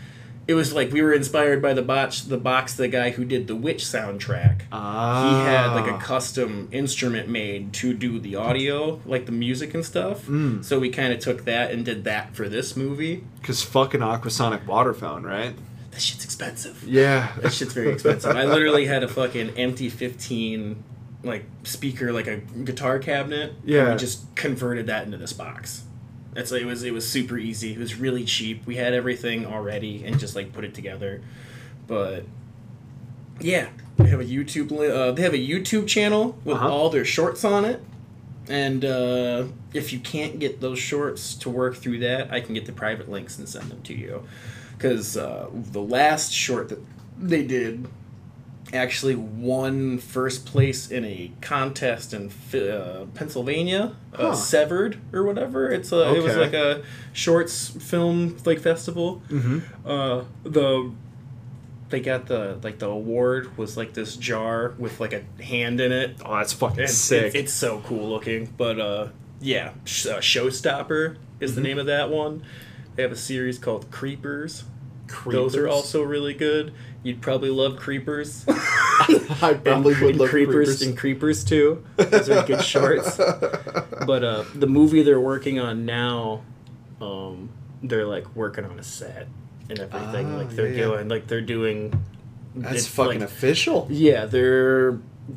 It was like we were inspired by the box, the box, the guy who did the Witch soundtrack he had like
Ah.
a custom instrument made to do the audio, like the music and stuff. So we kind of took that and did that for this movie.
because fucking aquasonic water fountain, right?
That shit's expensive.
Yeah.
That shit's very expensive. I literally had a fucking empty 15 like speaker like a guitar cabinet and
Yeah.
we just converted that into this box that's it was it was super easy it was really cheap we had everything already and just like put it together but yeah they have a youtube li- uh, they have a youtube channel with
Uh-huh.
all their shorts on it and uh, if you can't get those shorts to work through that i can get the private links and send them to you because uh, the last short that they did actually won first place in a contest in Fi- uh, Pennsylvania,
Huh.
uh, Severed or whatever. It's a, it was
Okay.
like a shorts film like festival. Mm-hmm. Uh, the they got the like the award was like this jar with like a hand in it.
Oh, that's fucking
It's,
sick.
It's, it's so cool looking, but uh, yeah, Sh- uh, Showstopper is
Mm-hmm.
the name of that one. They have a series called Creepers. Those are
Creepers?
also really good. You'd probably love Creepers.
I probably
and,
would
and
love
creepers,
creepers.
and creepers too. Those are good shorts. But uh, the movie they're working on now, um, they're like working on a set and everything.
Ah,
like they're
yeah, yeah.
doing, like they're doing.
That's
it's,
fucking
like,
official.
yeah, they're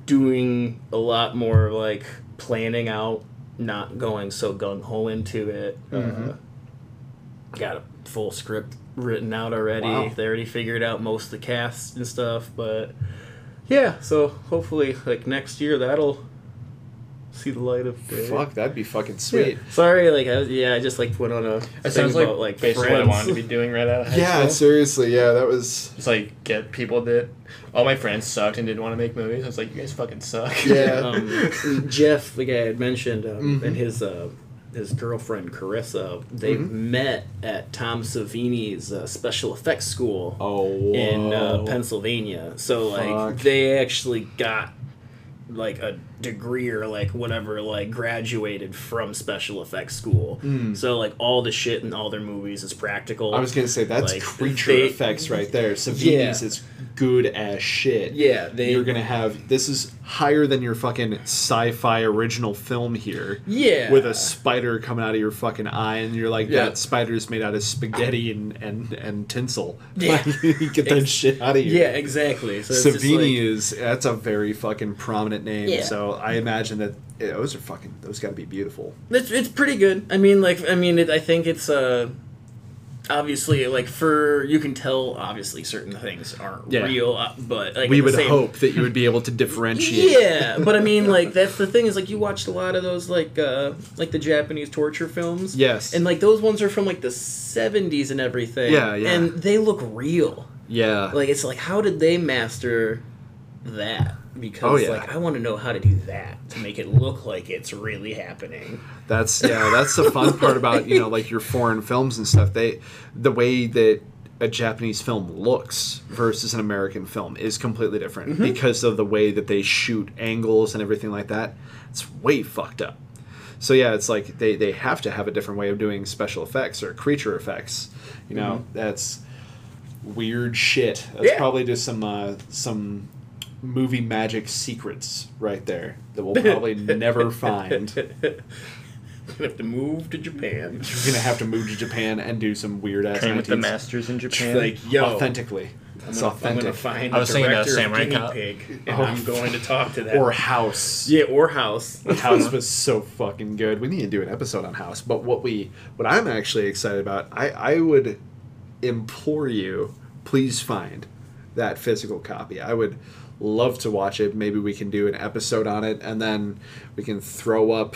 doing a lot more like planning out, not going so gung ho into it.
Mm-hmm.
Uh, got a full script written out already.
Wow.
They already figured out most of the cast and stuff, but yeah, so hopefully like next year that'll see the light of day.
Fuck, that'd be fucking
Yeah.
sweet.
Sorry, like I, yeah, I just like went on a.
It
thing
sounds like,
about,
like basically what I wanted to be
friends.
doing right out of high
Yeah,
school.
seriously, yeah, that was.
Just like get people that all my friends sucked and didn't want to make movies. I was like, you guys fucking suck.
Yeah.
um, Jeff, the guy I had mentioned, um,
Mm-hmm.
and his uh, his girlfriend Carissa, they
Mm-hmm.
met at Tom Savini's uh, special effects school
Oh, whoa.
in uh, Pennsylvania. So like
Fuck.
they actually got like a degree or like whatever like graduated from special effects school. So like all the shit in all their movies is practical.
Mm. I was gonna say that's
Like,
creature
they-
effects right there. Savini's
Yeah.
is good as shit.
yeah, they
You're gonna have this is higher than your fucking sci-fi original film here.
Yeah.
With a spider coming out of your fucking eye, and you're like,
Yeah.
that spider's made out of spaghetti and and and tinsel.
Yeah.
get that
Ex-
shit out of here.
Yeah, exactly. So it's just,
Savini
like-
is that's a very fucking prominent name.
Yeah.
So So I imagine that yeah, those are fucking. Those got to be beautiful.
It's it's pretty good. I mean, like I mean, it, I think it's uh obviously like for you can tell obviously certain things aren't
Yeah.
real, uh, but like
we
at the
would
same-
hope that you would be able to differentiate.
Yeah, but I mean, like that's the thing is like you watched a lot of those like uh like the Japanese torture films.
Yes.
And like those ones are from like the seventies and everything.
Yeah, yeah.
And they look real.
yeah.
Like it's like how did they master that? Because
Oh, yeah.
like I want to know how to do that to make it look like it's really happening.
That's yeah, that's the fun part about, you know, like your foreign films and stuff. They the way that a Japanese film looks versus an American film is completely different because of the way that they shoot angles and everything like that. It's way fucked up. So yeah, it's like they they have to have a different way of doing special effects or creature effects. You know, that's weird shit. That's
Yeah.
probably just some uh, some movie magic secrets right there that we'll probably never find.
Gonna have to move to Japan.
You're gonna have to move to Japan and do some weird ass
Train with the masters in Japan.
Like yo,
authentically. That's
I'm gonna- I'm
authentic.
gonna find.
I was
the
thinking about
director of
Samurai
Guinea
Cop.
Pig, and
Oh.
I'm going to talk to that.
or House.
yeah, or House.
House was so fucking good. We need to do an episode on House. But what we, what I'm actually excited about, I I would implore you, please find that physical copy. I would love to watch it. Maybe we can do an episode on it, and then we can throw up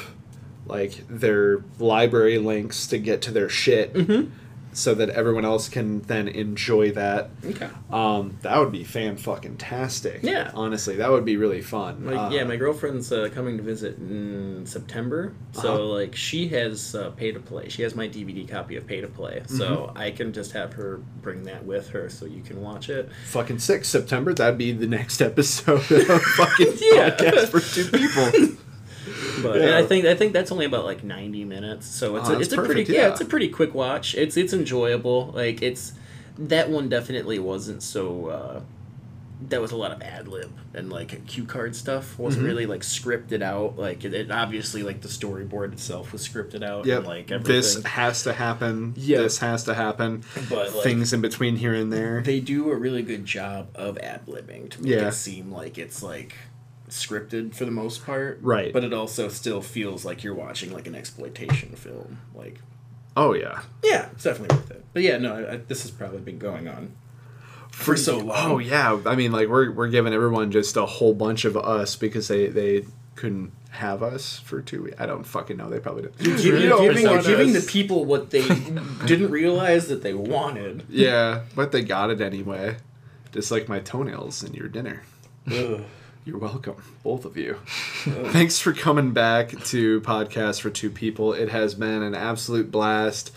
like their library links to get to their shit.
Mm-hmm.
So that everyone else can then enjoy that.
Okay.
Um, that would be fan fucking tastic.
Yeah.
Honestly, that would be really fun.
Like,
Uh,
yeah, my girlfriend's uh, coming to visit in September, so
Uh-huh.
like she has uh, pay to play. She has my DVD copy of pay to play, so
Mm-hmm.
I can just have her bring that with her, so you can watch it.
fucking six September. That'd be the next episode of our fucking
Yeah.
podcast for two people.
But
Yeah.
and I think I think that's only about like ninety minutes, so it's
Oh,
a,
that's
it's a
perfect,
pretty yeah.
yeah.
it's a pretty quick watch. It's it's enjoyable. Like it's that one definitely wasn't so. Uh, that was a lot of ad lib and like cue card stuff wasn't
Mm-hmm.
really like scripted out. Like it, it obviously like the storyboard itself was scripted out.
Yep.
and, like everything.
this has to happen.
Yeah.
This has to happen.
But, like-
Things in between here and there.
they do a really good job of ad libbing to make
Yeah.
it seem like it's like scripted for the most part.
Right.
But it also still feels like you're watching like an exploitation film. Like
oh yeah.
Yeah, it's definitely worth it. But yeah, no, I, I, this has probably been going on for so long.
Oh yeah. I mean, like we're we're giving everyone just a whole bunch of us because they they couldn't have us for two weeks. I don't fucking know. They probably did. not
Giving,
You know,
giving-
it's on
giving the
us.
people what they didn't realize that they wanted.
yeah, but they got it anyway. Just like my toenails in your dinner.
Ugh.
You're welcome, both of you. Thanks for coming back to Podcast for Two People. It has been an absolute blast.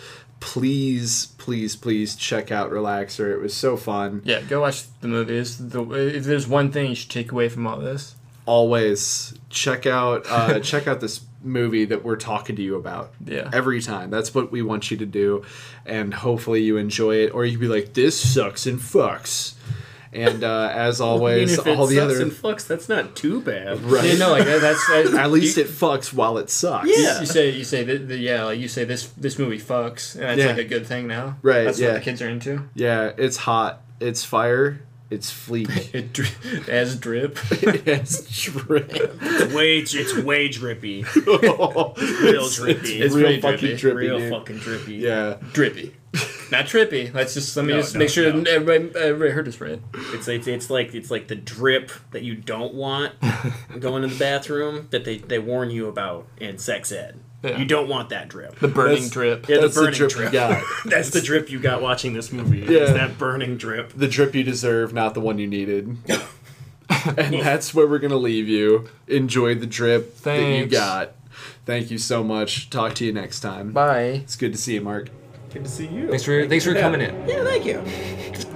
Please, please, please check out Relaxer. It was so fun.
Yeah, go watch the movies. The, if there's one thing you should take away from all this,
Always check out uh, check out this movie that we're talking to you about.
Yeah.
Every time. That's what we want you to do. And hopefully you enjoy it. Or you can be like, this sucks and fucks. And uh, as always,
Even if it
all the
sucks
other
and fucks, that's not too bad.
Right.
you know, like that- that's that,
at least
you,
it fucks while it sucks.
Yeah.
You say you say that the, yeah, like you say this this movie fucks, and that's
Yeah.
like a good thing now.
Right,
That's
yeah.
what the kids are into.
Yeah, it's hot. It's fire. It's fleek.
It dri- as drip.
it's drip.
It's way, it's way drippy.
Real
drippy.
It's
It's
real
really
fucking
drippy.
drippy.
Real
dude.
fucking drippy.
Yeah.
drippy. Not trippy. Let's just let me
No,
just
no,
make sure
no.
that everybody, everybody heard us right.
It's, it's it's like it's like the drip that you don't want going to the bathroom that they, they warn you about in sex ed.
Yeah.
You don't want that drip.
The burning
That's-
drip.
Yeah, the
That's the
burning
drip you
drip.
got.
That's the drip you got watching this movie.
Yeah.
It's that burning drip.
The drip you deserve, not the one you needed. and that's where we're gonna leave you. Enjoy the drip that you
Thanks.
got. Thank you so much. Talk to you next time.
Bye.
It's good to see you, Mark.
Good to see you.
Thanks for thanks for coming in.
Yeah, thank you.